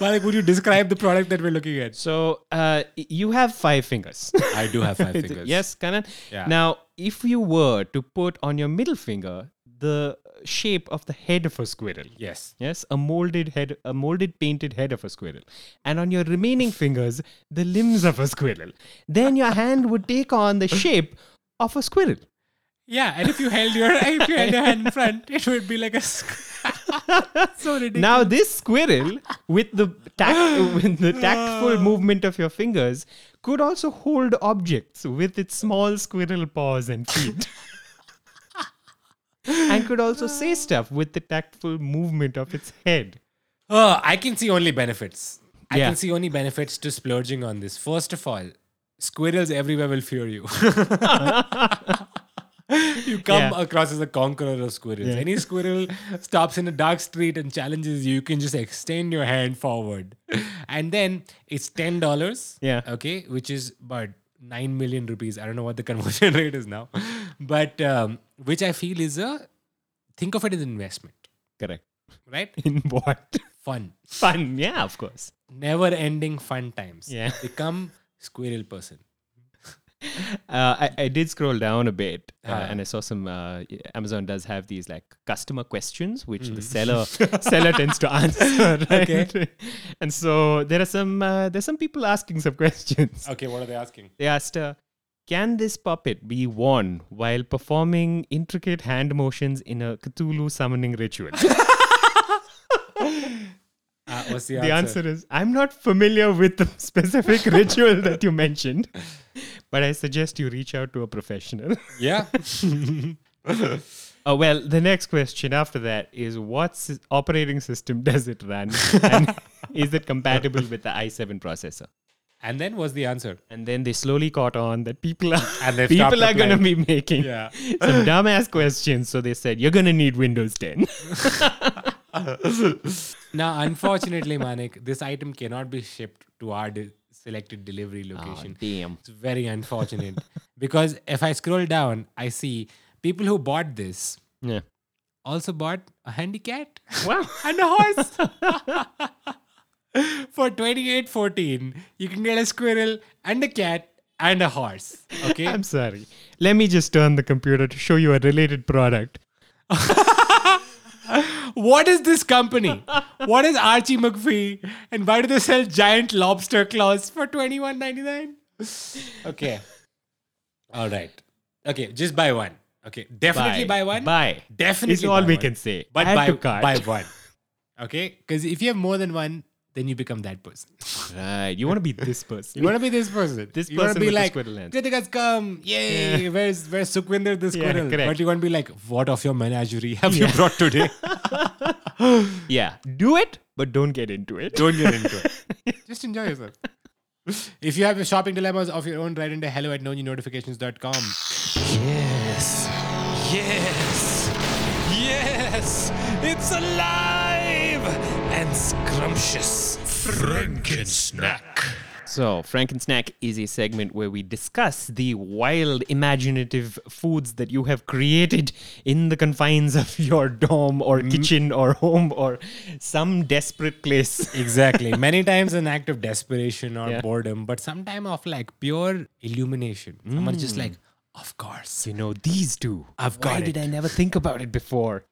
D: Malik, would you describe the product that we're looking at?
C: So uh, y- you have five fingers.
D: I do have five
C: Yes, Kanan.
D: Yeah.
C: Now, if you were to put on your middle finger the shape of the head of a squirrel.
D: Yes.
C: Yes, a molded head, a molded painted head of a squirrel. And on your remaining fingers, the limbs of a squirrel. Then your hand would take on the shape of a squirrel.
D: Yeah, and if you held your if you held your hand in front, it would be like a squ- so ridiculous.
C: Now this squirrel, with the tact, with the tactful movement of your fingers, could also hold objects with its small squirrel paws and feet, and could also say stuff with the tactful movement of its head.
D: Oh, I can see only benefits. I
C: Yeah.
D: can see only benefits to splurging on this. First of all, squirrels everywhere will fear you. you come
C: Yeah.
D: across as a conqueror of squirrels. Any squirrel stops in a dark street and challenges you, you can just extend your hand forward. And then it's ten dollars.
C: Yeah.
D: Okay, which is about nine million rupees. I don't know what the conversion rate is now. But um, which I feel is a think of it as an investment,
C: Correct.
D: right?
C: In what?
D: Fun
C: Fun. Yeah, of course.
D: never ending fun times.
C: Yeah.
D: Become squirrel person.
C: Uh, I, I did scroll down a bit uh,
D: Ah.
C: and I saw some. Uh, Amazon does have these like customer questions, which the seller seller tends to answer. Right?
D: Mm. Okay.
C: And so there are some uh, there's some people asking some questions.
D: Okay, what are they asking?
C: They asked her, "Can this puppet be worn while performing intricate hand motions in a Cthulhu summoning ritual?"
D: Uh, what's the answer?
C: the answer is, "I'm not familiar with the specific ritual that you mentioned, but I suggest you reach out to a professional."
D: Yeah.
C: Oh well, the next question after that is what sys- operating system does it run, and is it compatible with the i7 processor?
D: and then what's the answer?
C: And then they slowly caught on that people are
D: And they've
C: people
D: stopped
C: are going to be
D: replying.
C: making
D: Yeah.
C: some dumbass questions. So they said you're going to need Windows 10.
D: Now, unfortunately, Manik, this item cannot be shipped to our de- selected delivery location.
C: Ah, damn.
D: It's very unfortunate because if I scroll down, I see people who bought this
C: Yeah.
D: also bought a handy cat
C: Wow.
D: and a horse. For 28.14, you can get a squirrel and a cat and a horse. Okay?
C: I'm sorry. Let me just turn the computer to show you a related product.
D: What is this company? what is Archie McPhee? And why do they sell giant lobster claws for twenty one ninety nine? Okay. All right. Okay, just buy one. Okay, definitely buy, one.
C: Buy.
D: Definitely.
C: Is all
D: buy
C: we
D: one.
C: can say.
D: But
C: Add
D: buy,
C: to cart.
D: buy one. Okay, because if you have more than one, then you become that person.
C: Right. You want to be this person.
D: You want to be this person.
C: This
D: you wanna
C: person
D: be
C: with the
D: like,
C: squirrel hands.
D: Kritikas come, yay! Where's where's Sukhvinder the
C: Yeah,
D: squirrel?
C: correct.
D: but you want to be like, what of your menagerie have you brought today?
C: Yeah. Do it, but don't get into it.
D: Don't get into it. Just enjoy yourself. If you have shopping dilemmas of your own, write into hello at knownyounotifications.com.
A: Yes. Yes. Yes. It's alive and scrumptious. Frankensnack.
C: So, Frankensnack is a segment where we discuss the wild, imaginative foods that you have created in the confines of your dorm or
A: Mm.
C: kitchen or home or some desperate place.
D: Exactly. Many times an act of desperation or
C: Yeah.
D: boredom, but sometime of like pure illumination. Someone's just like, of course.
C: You know, these two.
D: I've
C: Why
D: got
C: did
D: it.
C: I never think about it before?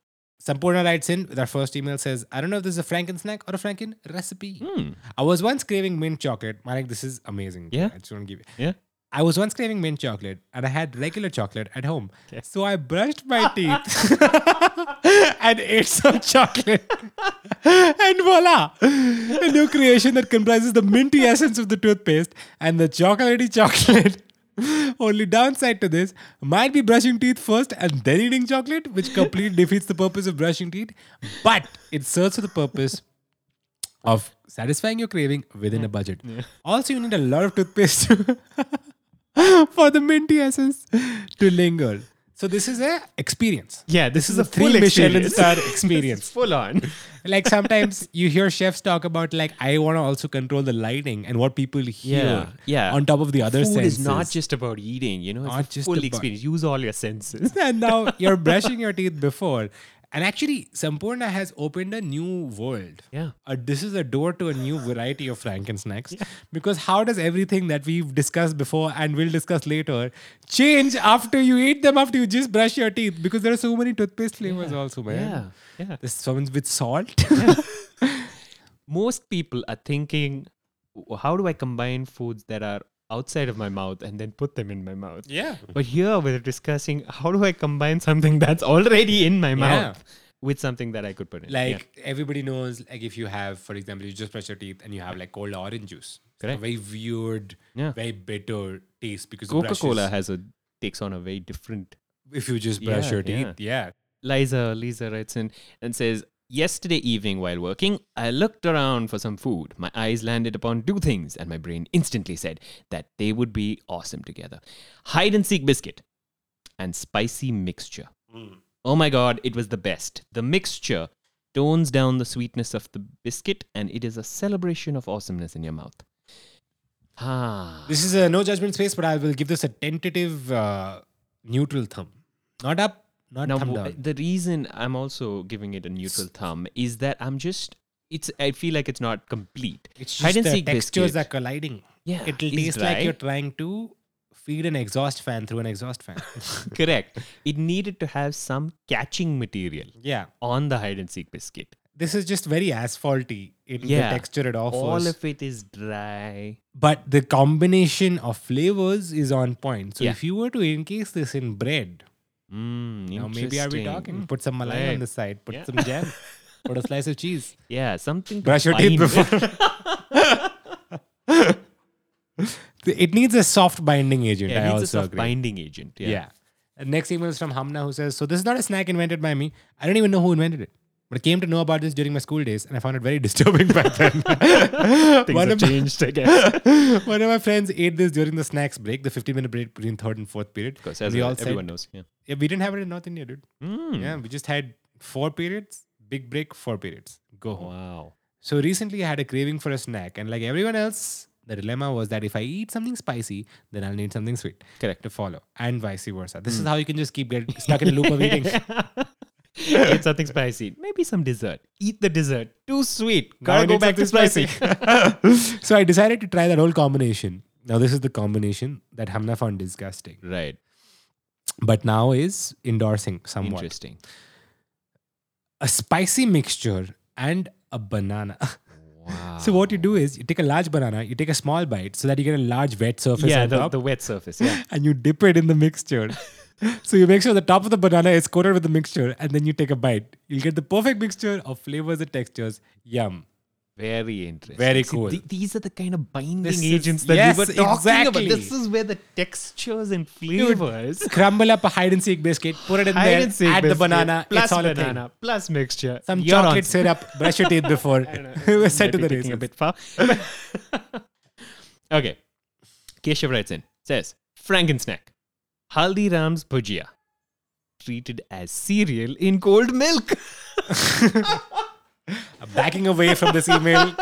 D: Sampurna writes in with our first email says, I don't know if this is a Franken snack or a Franken recipe. I was once craving mint chocolate. Manik, this is amazing.
C: Yeah.
D: I just want to give you.
C: Yeah.
D: I was once craving mint chocolate and I had regular chocolate at home. So I brushed my teeth and ate some chocolate. and voila! A new creation that comprises the minty essence of the toothpaste and the chocolatey chocolate. Only downside to this might be brushing teeth first and then eating chocolate, which completely defeats the purpose of brushing teeth. But it serves for the purpose of satisfying your craving within a budget. Also, you need a lot of toothpaste for the minty essence to linger. So this is a experience.
C: Yeah, this, is, a
D: three
C: full
D: Michelin
C: experience.
D: star experience.
C: full on.
D: like sometimes you hear chefs talk about like I want to also control the lighting and what people hear.
C: Yeah, yeah.
D: On top of the other
C: Food
D: senses.
C: is not just about eating, you know, it's
D: Not
C: a
D: just
C: full
D: about-
C: experience. Use all your senses.
D: and now you're brushing your teeth before And actually, Sampurna has opened a new world.
C: Yeah.
D: Uh, this is a door to a new variety of Frankensnacks. Because how does everything that we've discussed before and will discuss later change after you eat them, after you just brush your teeth? Because there are so many toothpaste flavors also, man.
C: Yeah. Yeah.
D: There's someone with salt.
C: Most people are thinking, "W- how do I combine foods that are outside of my mouth and then put them in my mouth?
D: yeah.
C: But here we're discussing how do I combine something that's already in my mouth with something that I could put in. Yeah.
D: Like everybody knows, like if you have, for example, you just brush your teeth and you have like cold orange juice. It's
C: Correct.
D: A very weird,
C: Yeah.
D: very bitter taste because the brush
C: Coca
D: is-
C: Cola has a takes on a very different.
D: if you just brush
C: Yeah,
D: your teeth. Yeah.
C: Liza Lisa writes in and says, Yesterday evening while working, I looked around for some food. My eyes landed upon two things, and my brain instantly said that they would be awesome together hide and seek biscuit and spicy mixture. Oh my god, it was the best. The mixture tones down the sweetness of the biscuit, and it is a celebration of awesomeness in your mouth. Ah,
D: This is a no judgment space, but I will give this a tentative uh, neutral thumb. Not up, not
C: Now,
D: thumb
C: w-
D: down.
C: the reason I'm also giving it a neutral thumb is that I'm just. It's. I feel like it's not complete.
D: it's
C: Hide
D: just
C: and
D: the
C: seek
D: textures
C: biscuit.
D: are colliding.
C: Yeah,
D: It'll
C: it's
D: taste like
C: dry.
D: you're trying to feed an exhaust fan through an exhaust fan.
C: correct. It needed to have some catching material
D: yeah.
C: on the hide and seek biscuit.
D: This is just very asphalty in
C: Yeah.
D: the texture it offers.
C: All of it is dry.
D: but the combination of flavors is on point. So
C: Yeah.
D: if you were to encase this in bread,
C: Mm,
D: now maybe are we
C: interesting.
D: talking? Put some malai
C: Right.
D: on the side, put
C: Yeah.
D: some jam, put a slice of cheese.
C: Yeah, something. to
D: Brush your teeth
C: bind with.
D: before. it needs a soft binding agent.
C: Yeah,
D: I
C: it needs
D: also
C: a soft
D: agree.
C: binding agent. Yeah.
D: Yeah. And Next email is from Hamna who says, "So this is not a snack invented by me. I don't even know who invented it." But I came to know about this during my school days, and I found it very disturbing back then. one, of my,
C: changed, I guess.
D: one of my friends ate this during the snacks break, the 15-minute break between third and fourth period.
C: Because
D: And
C: as
D: we
C: well,
D: all said-
C: everyone knows. Yeah.
D: yeah, we didn't have it in North India, dude.
C: Mm.
D: Yeah, we just had four periods, big break, four periods. Go home.
C: Wow.
D: So recently I had a craving for a snack, and like everyone else, the dilemma was that if I eat something spicy, then I'll need something sweet.
C: Correct. Hmm.
D: To follow, and vice versa. This is how you can just keep getting stuck in a loop of eating.
C: Eat something spicy. Maybe some dessert. Eat the dessert. Too sweet. Gotta
D: I
C: go
D: need
C: back to
D: something
C: spicy.
D: so I decided to try that whole combination. Now this is the combination that Hamna found disgusting,
C: right.
D: but now is endorsing somewhat.
C: Interesting.
D: A spicy mixture and a banana.
C: Wow.
D: So what you do is you take a large banana, you take a small bite so that you get a large wet surface
C: yeah,
D: on
C: the,
D: top.
C: the wet surface. Yeah.
D: and you dip it in the mixture. so you make sure the top of the banana is coated with the mixture and then you take a bite. You'll get the perfect mixture of flavors and textures. Yum.
C: Very interesting.
D: Very
C: See,
D: cool.
C: th- these are the kind of binding
D: This is-
C: agents that
D: yes,
C: we were talking
D: exactly.
C: about. This is where the textures and flavors.
D: Crumble up a hide and seek biscuit, put it in
C: Hide
D: there,
C: and seek
D: add the
C: biscuit,
D: banana,
C: plus
D: it's all
C: banana,
D: a thing.
C: plus mixture.
D: Some
C: You're on
D: chocolate syrup, brush your teeth before. We're set to
C: Might
D: the
C: be taking a
D: races.
C: bit far. okay. Keshav writes in, says, Frankensnack, Haldiram's bhujia, treated as cereal in cold milk.
D: Backing away from this email,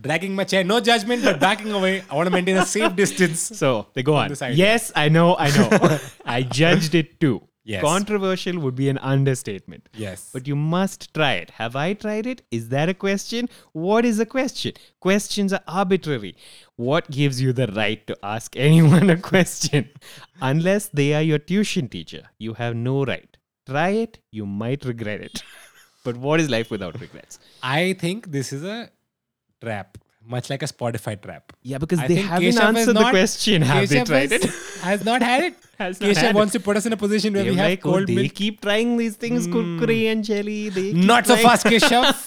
D: dragging my chair. No judgment, but backing away. I want to maintain a safe distance.
C: So they go on.
D: the side.
C: Yes, I know, I know. I judged it too.
D: Yes.
C: Controversial would be an understatement.
D: Yes.
C: But you must try it. Have I tried it? Is that a question? What is a question? Questions are arbitrary. What gives you the right to ask anyone a question? Unless they are your tuition teacher, you have no right. Try it, you might regret it. but what is life without regrets?
D: I think this is a trap, much like a Spotify trap.
C: Yeah, because
D: I
C: they
D: think
C: haven't
D: Keshav
C: answered
D: has
C: the
D: not-
C: question. Have
D: Keshav
C: they tried
D: has,
C: it?
D: Has not had it.
C: Has not
D: Keshav
C: had
D: wants to put us in a position where
C: They
D: we have
C: like, oh,
D: cold
C: they
D: milk.
C: keep trying these things, kurkure and jelly. They keep
D: Not so
C: trying.
D: fast, Keshav.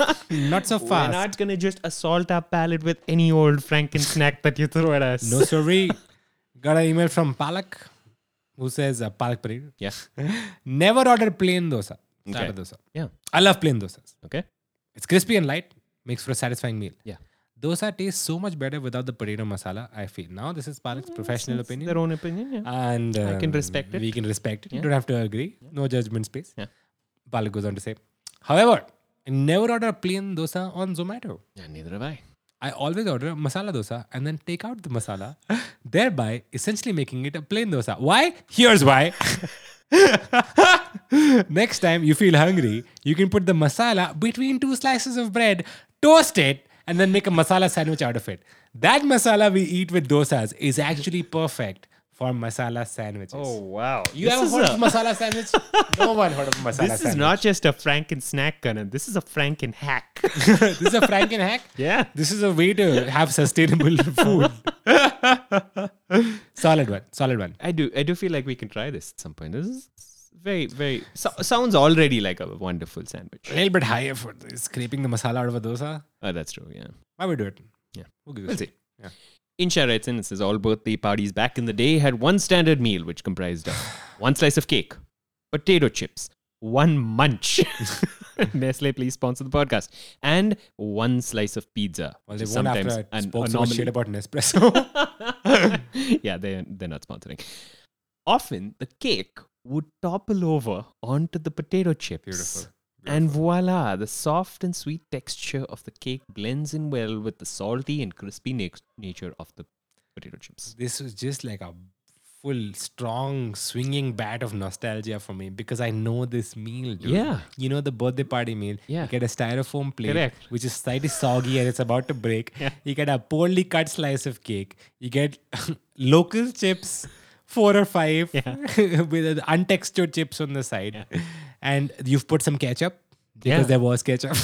D: not so
C: We're
D: fast.
C: not gonna just assault our palate with any old Franken snack that you throw at us.
D: No sorry. Got an email from Palak, who says uh, Palak Parir.
C: Yeah.
D: Never order plain dosa. Start
C: Okay.
D: a dosa.
C: Yeah.
D: I love plain dosas.
C: Okay.
D: It's crispy and light. Makes for a satisfying meal.
C: Yeah.
D: Dosa tastes so much better without the potato masala. I feel now this is Palak's professional opinion.
C: Their own opinion. Yeah.
D: and
C: I can
D: um,
C: respect it.
D: We can respect it. You
C: Yeah.
D: don't have to agree. No judgment space.
C: Yeah.
D: Palak goes on to say, however, I never order a plain dosa on Zomato.
C: yeah. Neither have I.
D: I always order a masala dosa and then take out the masala, thereby essentially making it a plain dosa. Why? Here's why. Next time you feel hungry, you can put the masala between two slices of bread, toast it, and then make a masala sandwich out of it. That masala we eat with dosas is actually perfect for masala sandwiches.
C: Oh wow!
D: You ever heard of masala sandwich? No one heard of masala
C: This
D: sandwich.
C: is not just a Franken snack, Kanan. This is a Franken hack.
D: this is a Franken hack.
C: yeah.
D: This is a way to have sustainable food. solid one. Solid one.
C: I do. I do feel like we can try this at some point. This is very, very so, sounds already like a wonderful sandwich.
D: A little bit higher for scraping the masala out of a dosa.
C: Oh, that's true. Yeah.
D: Why we do it?
C: Yeah.
D: We'll give it a
C: We'll
D: shot.
C: see. Insha writes in and says all birthday parties back in the day had one standard meal, which comprised of one slice of cake, potato chips, one munch. Nestle, please sponsor the podcast, and one slice of pizza. which
D: Well, they
C: is
D: won't uh, after I
C: an
D: spoke so
C: anomaly.
D: much shit about Nespresso.
C: yeah, they they're not sponsoring. Often the cake would topple over onto the potato chips.
D: Beautiful.
C: And voila, the soft and sweet texture of the cake blends in well with the salty and crispy na- nature of the potato chips.
D: this was just like a full, strong, swinging bat of nostalgia for me because I know this meal. Dude.
C: Yeah.
D: You know the birthday party meal.
C: Yeah.
D: You get a styrofoam plate,
C: Correct.
D: which is slightly soggy and it's about to break. You get a poorly cut slice of cake. You get local chips, four or five, with uh, untextured chips on the side. And you've put some ketchup because
C: Yeah.
D: there was ketchup.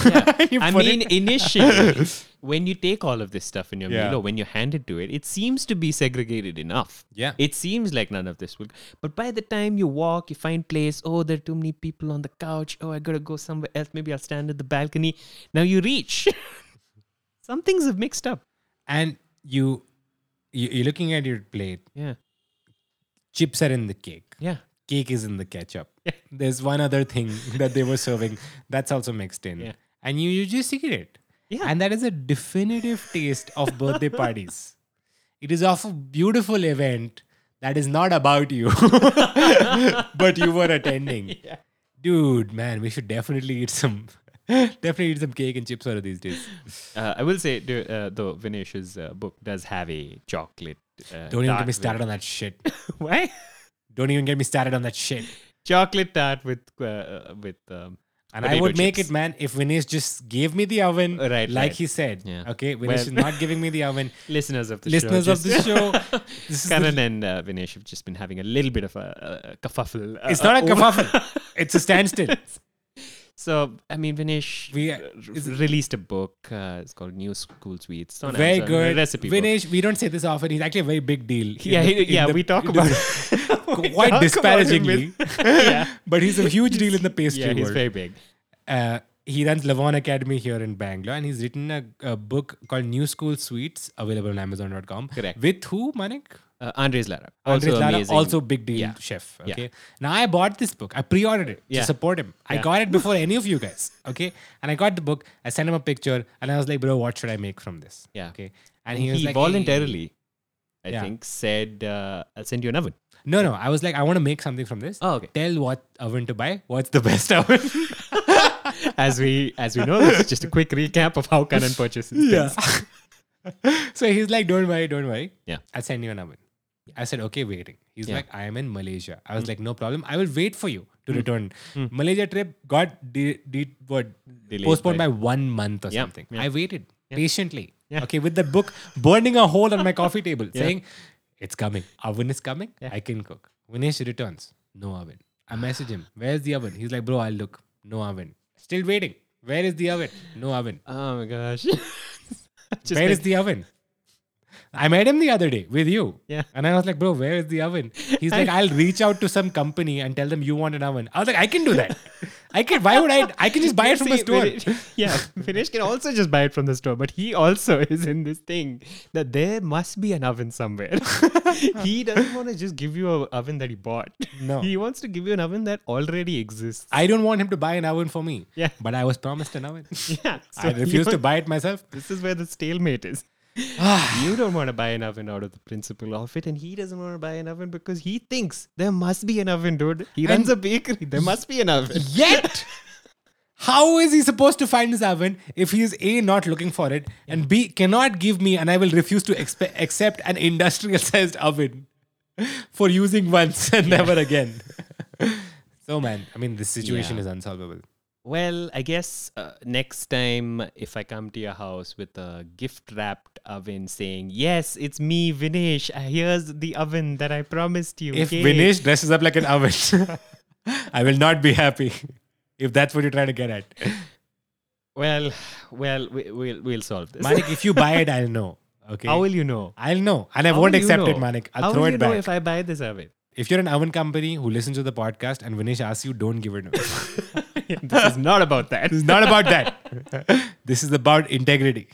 D: You
C: I
D: put it-
C: mean, initially, when you take all of this stuff in your
D: Yeah.
C: meal or when you hand it to it, it seems to be segregated enough.
D: Yeah.
C: It seems like none of this will. But by the time you walk, you find place. Oh, there are too many people on the couch. Oh, I gotta go somewhere else. Maybe I'll stand at the balcony. Now you reach. Some things have mixed up.
D: and you, you, you're looking at your plate.
C: Yeah.
D: Chips are in the cake.
C: Yeah.
D: cake is in the ketchup. There's one other thing that they were serving that's also mixed in.
C: Yeah.
D: And you, you just eat it.
C: Yeah.
D: And that is a definitive taste of birthday parties. It is of a beautiful event that is not about you, but you were attending. Dude, man, we should definitely eat some. Definitely eat some cake and chips out of these days.
C: Uh, I will say, do- uh, though, Vinesh's uh, book does have a chocolate. Uh,
D: Don't even
C: tart
D: get me
C: with-
D: started on that shit.
C: Why?
D: Don't even get me started on that shit.
C: chocolate tart with uh, uh, with. Um,
D: And I
C: potato
D: would make
C: chips.
D: it, man, if Vinesh just gave me the oven,
C: Uh, right,
D: like
C: right.
D: he said.
C: Yeah.
D: Okay, Vinesh
C: Well-
D: is not giving me the oven.
C: listeners of the
D: Listeners
C: show.
D: of the
C: just-
D: show, this is
C: Karan
D: the,
C: and uh, Vinesh have just been having a little bit of a, a, a kerfuffle. uh,
D: it's not a
C: uh, over-
D: kerfuffle. it's a standstill.
C: So, I mean, Vinesh
D: We-
C: uh, r-
D: is-
C: released a book. Uh, it's called New School Sweets. It's on
D: very
C: Amazon, a
D: good.
C: Recipe book.
D: Vinesh, we don't say this often. He's actually a very big deal. in
C: Yeah,
D: the-
C: he-
D: in
C: yeah,
D: the-
C: we talk
D: in
C: about
D: the-
C: We talk
D: quite
C: about him
D: disparagingly,
C: with- yeah,
D: but he's a huge deal in the pastry
C: yeah, he's
D: world.
C: very big.
D: uh, he runs Lavon Academy here in Bangalore, and he's written a, a book called New School Sweets, available on Amazon.com.
C: Correct.
D: With who, Manik?
C: Uh, Andres Lara, also
D: Andres Lara,
C: amazing.
D: also big deal
C: Yeah.
D: chef.
C: Yeah.
D: Okay. Now I bought this book. I pre-ordered it
C: Yeah.
D: to support him. I
C: Yeah.
D: got it before any of you guys. Okay. And I got the book. I sent him a picture, and I was like, "Bro, what should I make from this?"
C: Yeah.
D: Okay. And,
C: and
D: he
C: he,
D: was like,
C: voluntarily, I
D: Yeah.
C: think, said, uh, "I'll send you an oven."
D: "Hey." No, no. I was like, "I want to make something from this."
C: Oh, okay.
D: Tell what oven to buy. What's the best oven?
C: As we as we know, this is just a quick recap of how Karan purchases things.
D: so he's like, "Don't worry, don't worry.
C: Yeah.
D: I'll send you an oven." I said, "Okay, waiting." He's
C: Yeah. Hmm.
D: like, "I am in Malaysia." I was like, "No problem. I will wait for you to return." Malaysia trip got de- de- what
C: Delayed
D: postponed
C: by-
D: by one month or
C: Yeah,
D: something.
C: yeah.
D: I waited patiently.
C: Yeah.
D: Okay, with the book burning a hole on my coffee table, saying, "It's coming. Oven is coming. I can cook." Vinesh returns. No oven. I message him. Where's the oven? He's like, "Bro, I'll look. No oven. Still waiting. Where is the oven? No oven.
C: Oh my gosh! Just
D: Where
C: like-
D: is the oven? I met him the other day with you.
C: Yeah.
D: And I was like, bro, where is the oven? He's like, I'll reach out to some company and tell them you want an oven. I was like, I can do that. I can. Why would I? I can just buy it from a
C: See,
D: store.
C: Vinesh- yeah, Vinesh can also just buy it from the store, but he also is in this thing that there must be an oven somewhere. he doesn't want to just give you an oven that he bought.
D: No.
C: He wants to give you an oven that already exists.
D: I don't want him to buy an oven for me.
C: Yeah.
D: But I was promised an oven.
C: Yeah. so
D: I refuse
C: you-
D: to buy it myself.
C: This is where the stalemate is. you don't want to buy an oven out of the principle of it, and he doesn't want to buy an oven because he thinks there must be an oven, dude. He runs a bakery. There must be an oven.
D: Yet, how is he supposed to find his oven if he is A, not looking for it, and B, cannot give me, and I will refuse to expe- accept an industrial sized oven for using once and never again? So, man, I mean, this situation
C: Yeah.
D: is unsolvable.
C: Well, I guess uh, next time if I come to your house with a gift wrapped oven saying, Yes, it's me, Vinesh. Uh, Here's the oven that I promised you.
D: If
C: Yay."
D: Vinesh dresses up like an oven, I will not be happy. If that's what you're trying to get at,
C: Well, well, we, we'll, we'll solve this.
D: Manik, if you buy it, I'll know. Okay,
C: How will you know?
D: I'll know, and I
C: How
D: won't
C: will you
D: accept it,
C: know?
D: Manik. I'll
C: How
D: throw
C: will
D: it
C: you
D: back.
C: know if I buy this oven?
D: If you're an oven company who listens to the podcast and Vinesh asks you, don't give it. away. this
C: this is not about that.
D: is not about that. this is about integrity.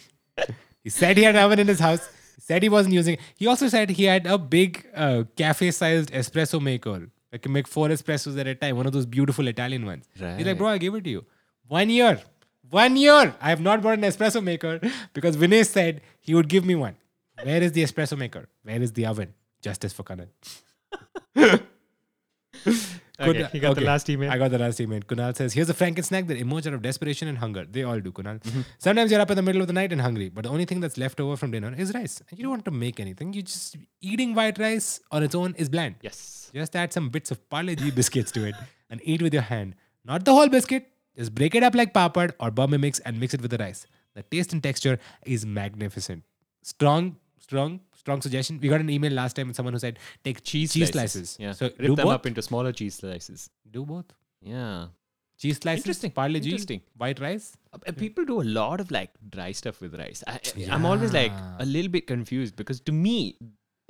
D: He said he had an oven in his house. He said he wasn't using it. He also said he had a big uh, cafe-sized espresso maker. I can make four espressos at a time. One of those beautiful Italian ones. He's like,
C: Right.
D: bro, I gave it to you. One year. One year. I have not bought an espresso maker because Vinesh said he would give me one. Where is the espresso maker? Where is the oven? Justice for Kanan.
C: Okay,
D: Kunal-
C: you got
D: okay.
C: the last email.
D: I got the last email. Kunal says, Here's a Franken snack that emerges out of desperation and hunger. They all do, Kunal.
C: Mm-hmm.
D: Sometimes you're up in the middle of the night and hungry, but the only thing that's left over from dinner is rice. And you don't want to make anything. You just eating white rice on its own is bland.
C: yes.
D: Just add some bits of Parle-G biscuits to it and eat with your hand. Not the whole biscuit. Just break it up like papad or Bombay mix and mix it with the rice. The taste and texture is magnificent. Strong, strong, strong suggestion. We got an email last time with someone who said take cheese, cheese slices.
C: Yeah.
D: So
C: Rip
D: do
C: them
D: both.
C: up into smaller cheese slices.
D: do both.
C: Yeah.
D: Cheese slices.
C: Interesting.
D: Parle-G,
C: Interesting.
D: White rice.
C: Uh, uh, People do a lot of like dry stuff with rice. I, I- I'm always like
D: Yeah.
C: a little bit confused because to me,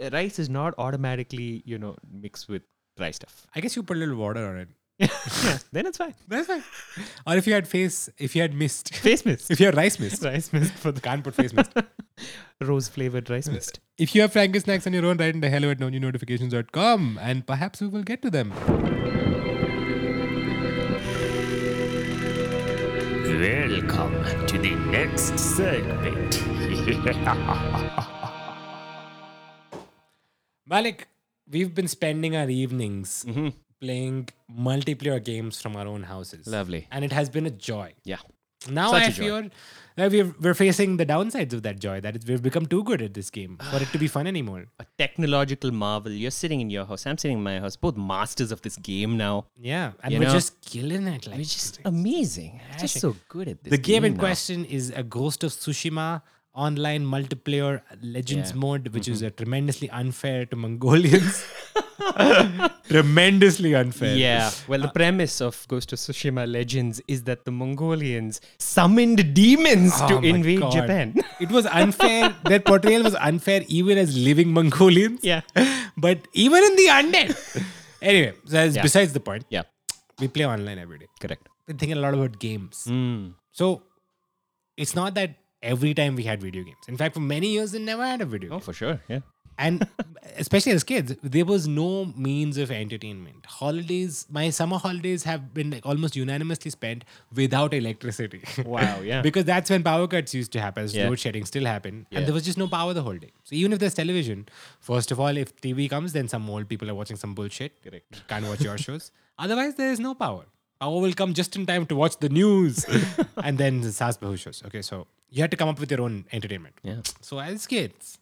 C: uh, rice is not automatically, you know, mixed with dry stuff.
D: I guess you put a little water on it.
C: yeah, then it's fine.
D: That's fine. or if you had face, if you had mist,
C: Face mist.
D: if you had rice mist,
C: rice mist for the
D: can't put face mist.
C: rose flavored rice mist.
D: If you have Frankie Snacks on your own, write into hello at notifications.com and perhaps we will get to them.
E: Welcome to the next segment.
D: Malik, we've been spending our evenings
E: Mm-hmm.
D: playing multiplayer games from our own houses.
C: Lovely.
D: And it has been a joy.
C: Yeah.
D: Now
C: Such
D: I
C: a joy.
D: feel that we're, we're facing the downsides of that joy, that it, we've become too good at this game for it to be fun anymore.
C: A technological marvel. You're sitting in your house. I'm sitting in my house. Both masters of this game now.
D: Yeah. And
C: You
D: we're
C: know,
D: just killing it. Like,
C: It's just amazing. I'm just so good at this.
D: the game in
C: now.
D: question is a Ghost of Tsushima online multiplayer legends
C: Yeah. Mm-hmm.
D: mode, which is a tremendously unfair to Mongolians. tremendously unfair.
C: Yeah. Well, the premise of Ghost of Tsushima Legends is that the Mongolians summoned demons
D: Oh
C: to
D: my
C: invade
D: God.
C: Japan.
D: It was unfair. Their portrayal was unfair even as living Mongolians.
C: Yeah.
D: But even in the undead. Anyway, so that's
C: Yeah.
D: besides the point.
C: yeah.
D: We play online every day.
C: Correct.
D: Been thinking a lot about games.
C: Hmm.
D: So it's not that every time we had video games. In fact, for many years we never had a video game.
C: Oh, for sure. Yeah.
D: and especially as kids there was no means of entertainment holidays my summer holidays have been like almost unanimously spent without electricity
C: Wow, yeah.
D: because that's when power cuts used to happen so
C: Yeah.
D: load shedding still happened
C: Yeah.
D: and there was just no power the whole day so even if there's television first of all if tv comes then some old people are watching some bullshit
C: Correct.
D: can't watch your shows otherwise there is no power power will come just in time to watch the news and then the sas Bahu shows okay so you had to come up with your own entertainment
C: Yeah.
D: so as kids,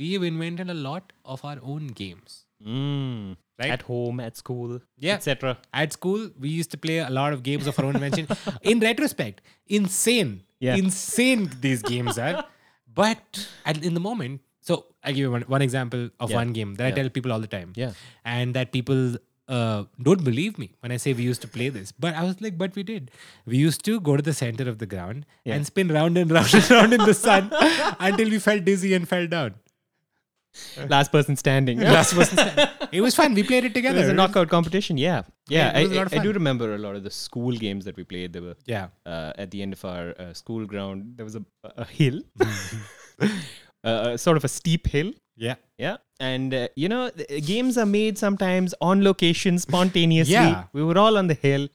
D: we've invented a lot of our own games.
C: Mm.
D: Right?
C: At home, at school,
D: Yeah.
C: etc.
D: At school, we used to play a lot of games of our own invention. In retrospect, insane,
C: Yeah.
D: insane these games are. But at, in the moment, so I'll give you one, one example of
C: Yeah.
D: one game that I
C: Yeah.
D: tell people all the time.
C: Yeah.
D: And that people uh, don't believe me when I say we used to play this. But I was like, but we did. We used to go to the center of the ground
C: Yeah.
D: and spin round and round and round in the sun until we felt dizzy and fell down.
C: Last person standing.
D: Uh. Last person standing. It was fun. We played it
C: It
D: together.
C: was a knockout competition. Yeah. Yeah.
D: Yeah, it was a
C: I-
D: lot of
C: I, I do
D: fun.
C: remember a lot of the school games that we played. They were
D: Yeah.
C: uh, at the end of our uh, school ground, there was a, a hill, uh, sort of a steep hill.
D: Yeah.
C: Yeah. And, uh, you know, the, uh, games are made sometimes on location spontaneously.
D: Yeah.
C: We were all on the hill.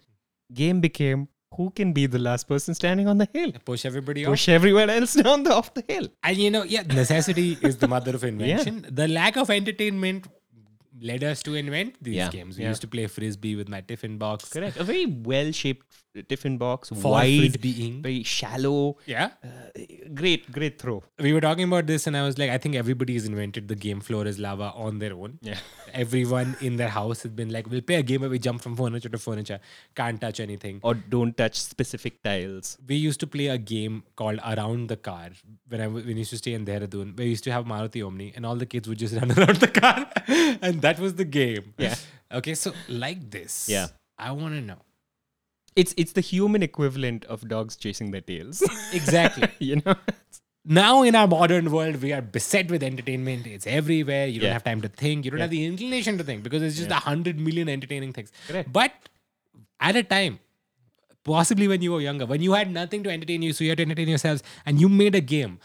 C: Game became who can be the last person standing on the hill?
D: Push everybody
C: Push everyone else down the, off the hill.
D: And you know, yeah, necessity is the mother of invention. The lack of entertainment led us to invent these
C: Yeah.
D: games. We
C: Yeah.
D: used to play frisbee with my tiffin box.
C: Correct. A very well shaped tiffin box,
D: For
C: wide,
D: frisbeeing.
C: very shallow. Uh,
D: Yeah,
C: Great, great throw.
D: we were talking about this, and I was like, I think everybody's invented the game floor is lava on their own.
C: Yeah.
D: everyone in their house has been like, we'll play a game where we jump from furniture to furniture, can't touch anything.
C: Or don't touch specific tiles.
D: we used to play a game called Around the Car when I when we used to stay in Dehradun. We used to have Maruti Omni, and all the kids would just run around the car, and that was the game.
C: Yeah.
D: Okay, so like this.
C: Yeah.
D: I want to know
C: It's it's the human equivalent of dogs chasing their tails.
D: exactly.
C: you know?
D: now in our modern world, we are beset with entertainment. It's everywhere. You don't
C: Yeah.
D: have time to think. You don't have the inclination to think because it's just a hundred million entertaining things.
C: Correct.
D: But at a time. Possibly when you were younger, when you had nothing to entertain you, so you had to entertain yourselves, and you made a game.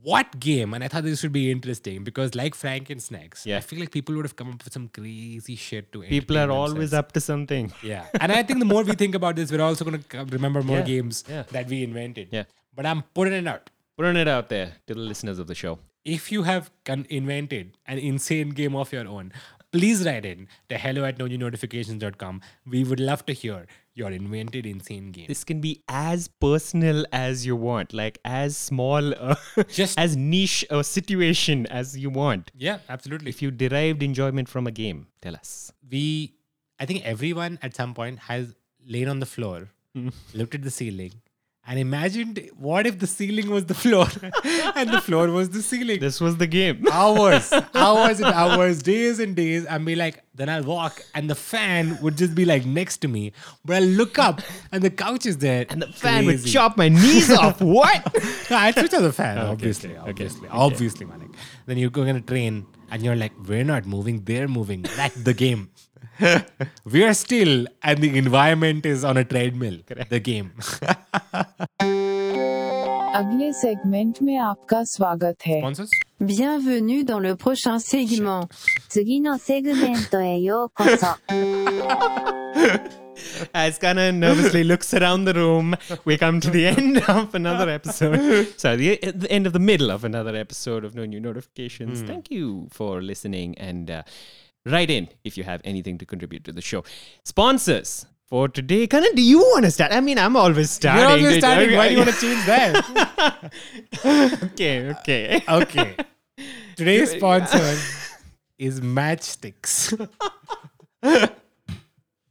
D: What game? And I thought this would be interesting because, like Frank and Snacks, I
C: Yeah.
D: feel like people would have come up with some crazy shit to.
C: People
D: entertain
C: are always
D: themselves.
C: up to something.
D: Yeah. And I think the more we think about this, we're also going to remember more
C: Yeah.
D: games
C: Yeah.
D: that we invented.
C: Yeah.
D: But I'm putting it out.
C: Putting it out there to the listeners of the show.
D: If you have con- invented an insane game of your own, please write in to hello at notifications.com. We would love to hear your invented insane game.
C: This can be as personal as you want, like as small, a
D: Just-
C: as niche a situation as you want.
D: yeah, absolutely.
C: If you derived enjoyment from a game, tell us.
D: we I think everyone at some point has lain on the floor, looked at the ceiling, and imagined what if the ceiling was the floor and the floor was the ceiling.
C: This was the game.
D: Ah, hours, hours and hours, days and days, and be like, then I'll walk, and the fan would just be like next to me. But I'll look up, and the couch is there.
C: And the fan would
D: Crazy.
C: chop my knees off. What?
D: No, I'd switch on the fan, obviously. obviously, obviously, Manik. Then you go on a train, and you're like, we're not moving, they're moving. That's the game. we are still, and the environment is on a treadmill. The game.
F: अगले segment में आपका स्वागत है
D: Sponsors?
G: Bienvenue dans le prochain segment. 次のセグメントへようこそ。
C: As Kana nervously looks around the room, we come to the end of another episode. Sorry, the, at the end of the middle of another episode of No New Notifications.
D: Hmm.
C: Thank you for listening and uh, write in if you have anything to contribute to the show. Sponsors for today. Kana, do you want to start? I mean, I'm always starting.
D: You're always
C: Did-
D: starting. Why do you want to change that?
C: okay, okay.
D: Okay. Today's sponsor is Matchsticks.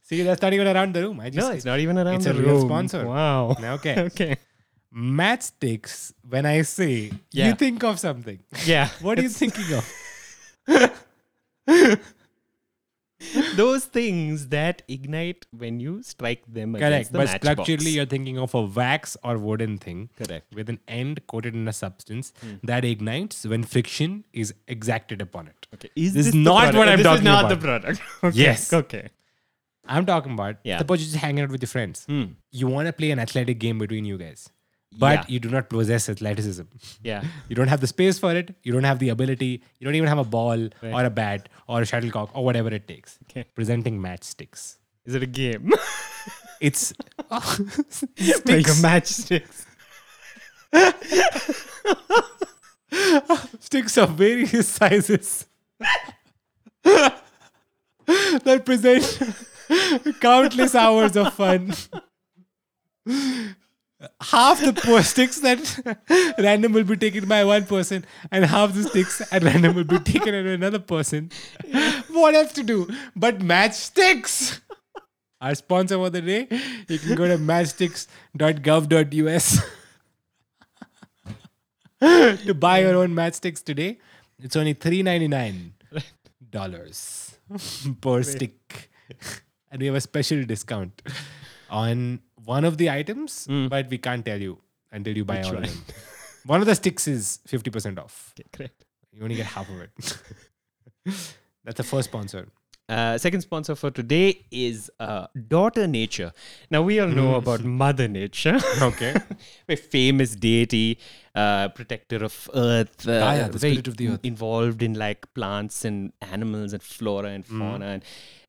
D: See, that's not even around the room. I just
C: No, it's not even around
D: It's
C: the
D: a real
C: room.
D: sponsor.
C: Wow.
D: Okay.
C: Okay.
D: matchsticks. When I say,
C: Yeah.
D: you think of something.
C: Yeah.
D: What are you thinking of?
C: Those things that ignite when you strike them
D: Correct.
C: against the
D: But
C: matchbox.
D: structurally, you're thinking of a wax or wooden thing.
C: Correct. Hmm.
D: With an end coated in a substance that ignites when friction is exacted upon it.
C: Okay. Is
D: This is
C: the
D: not
C: product?
D: what I'm
C: this
D: talking
C: is not the
D: about.
C: product. Okay.
D: Yes.
C: Okay.
D: I'm talking about
C: Yeah. Hmm.
D: suppose you're just hanging out with your friends. You want to play an athletic game between you guys, but
C: Yeah.
D: you do not possess athleticism.
C: Yeah.
D: You don't have the space for it. You don't have the ability. You don't even have a ball or a bat or a shuttlecock or whatever it takes.
C: Okay.
D: Presenting matchsticks.
C: Is it a game?
D: It's
C: like
D: sticks.
C: matchsticks.
D: sticks of various sizes that present countless hours of fun. Half the po- sticks that random will be taken by one person, and half the sticks at random will be taken by another person. What else to do but match sticks? Our sponsor for the day, you can go to matchsticks.gov.us to buy your own matchsticks today. It's only three ninety nine dollars per stick, and we have a special discount on one of the items,
C: Hmm.
D: but we can't tell you until you buy all of them. One of the sticks is fifty percent off.
C: Okay, correct.
D: You only get half of it. That's the first sponsor.
C: Uh, second sponsor for today is uh, Daughter Nature. Now, we all know about Mother Nature.
D: Mm. Okay.
C: a famous deity, uh, protector of earth, uh,
D: Gaia, Ah, the
C: very
D: spirit of the earth.
C: involved in like plants and animals and flora and
D: Mm.
C: fauna. And,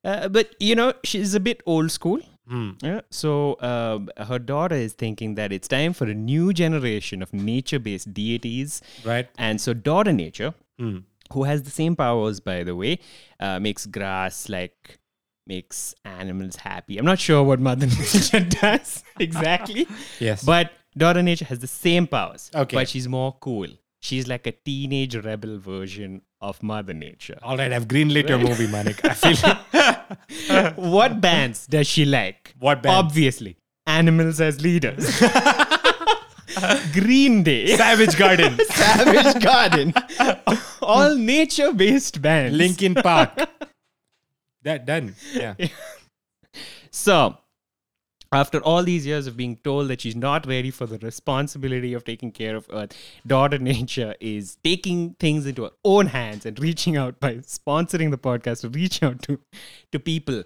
C: uh, but you know, she's a bit old school.
D: Mm.
C: Yeah, so um, her daughter is thinking that it's time for a new generation of nature-based deities,
D: Right.
C: And so, daughter nature who has the same powers, by the way, uh, makes grass like makes animals happy. I'm not sure what Mother Nature does exactly.
D: Yes.
C: But Dora Nature has the same powers.
D: Okay.
C: But she's more cool. She's like a teenage rebel version of Mother Nature.
D: All right, I've greenlit your movie, Manik. I feel
C: what bands does she like?
D: What bands?
C: Obviously, animals as leaders. Green Day,
D: Savage Garden,
C: Savage Garden, all nature-based bands.
D: Linkin Park. That done. Yeah.
C: So, after all these years of being told that she's not ready for the responsibility of taking care of Earth, Daughter Nature is taking things into her own hands and reaching out by sponsoring the podcast to reach out to, to people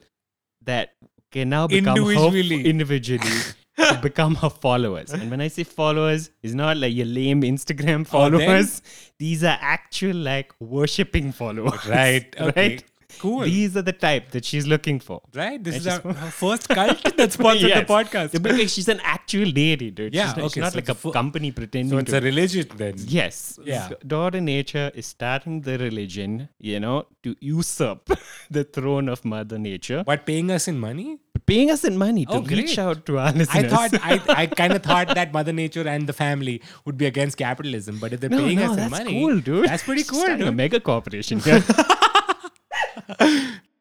C: that can now become her,
D: Individually.
C: individually to become her followers. And when I say followers, it's not like your lame Instagram
D: Oh,
C: followers. These are actual like worshipping followers.
D: Right, okay, cool.
C: These are the type that she's looking for.
D: Right. This
C: I
D: is
C: just-
D: our, our first cult that sponsored
C: Yes.
D: the podcast.
C: Yeah, but like, she's an actual lady, dude.
D: Yeah,
C: she's not, she's
D: okay,
C: not
D: so
C: like
D: the
C: a
D: fir-
C: company pretending
D: so it's
C: to.
D: a religion then.
C: yes.
D: Yeah.
C: So Daughter Nature is starting the religion, you know, to usurp the throne of Mother Nature,
D: But paying us in money?
C: paying us in money to
D: Oh,
C: reach
D: great.
C: out to our
D: I
C: listeners.
D: thought I, I kind of thought that Mother Nature and the family would be against capitalism, but if they're
C: no,
D: paying
C: no,
D: us in
C: that's
D: money,
C: cool, dude.
D: That's pretty
C: She's
D: cool,
C: starting A
D: dude.
C: mega corporation. here.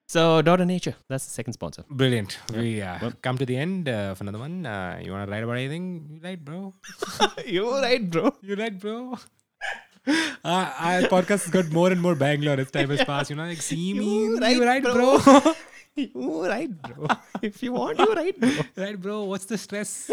C: so, Daughter Nature, that's the second sponsor.
D: Brilliant. We uh, come to the end uh, of another one. Uh, you want to write about anything? You write, bro.
C: You're right, bro.
D: You right, bro. Uh, our podcast has got more and more Bangalore as time has passed. You know, like see me,
C: You
D: you
C: right,
D: right,
C: bro.
D: bro.
C: You're right, bro. if you want, you're right, bro.
D: right, bro. What's the stress?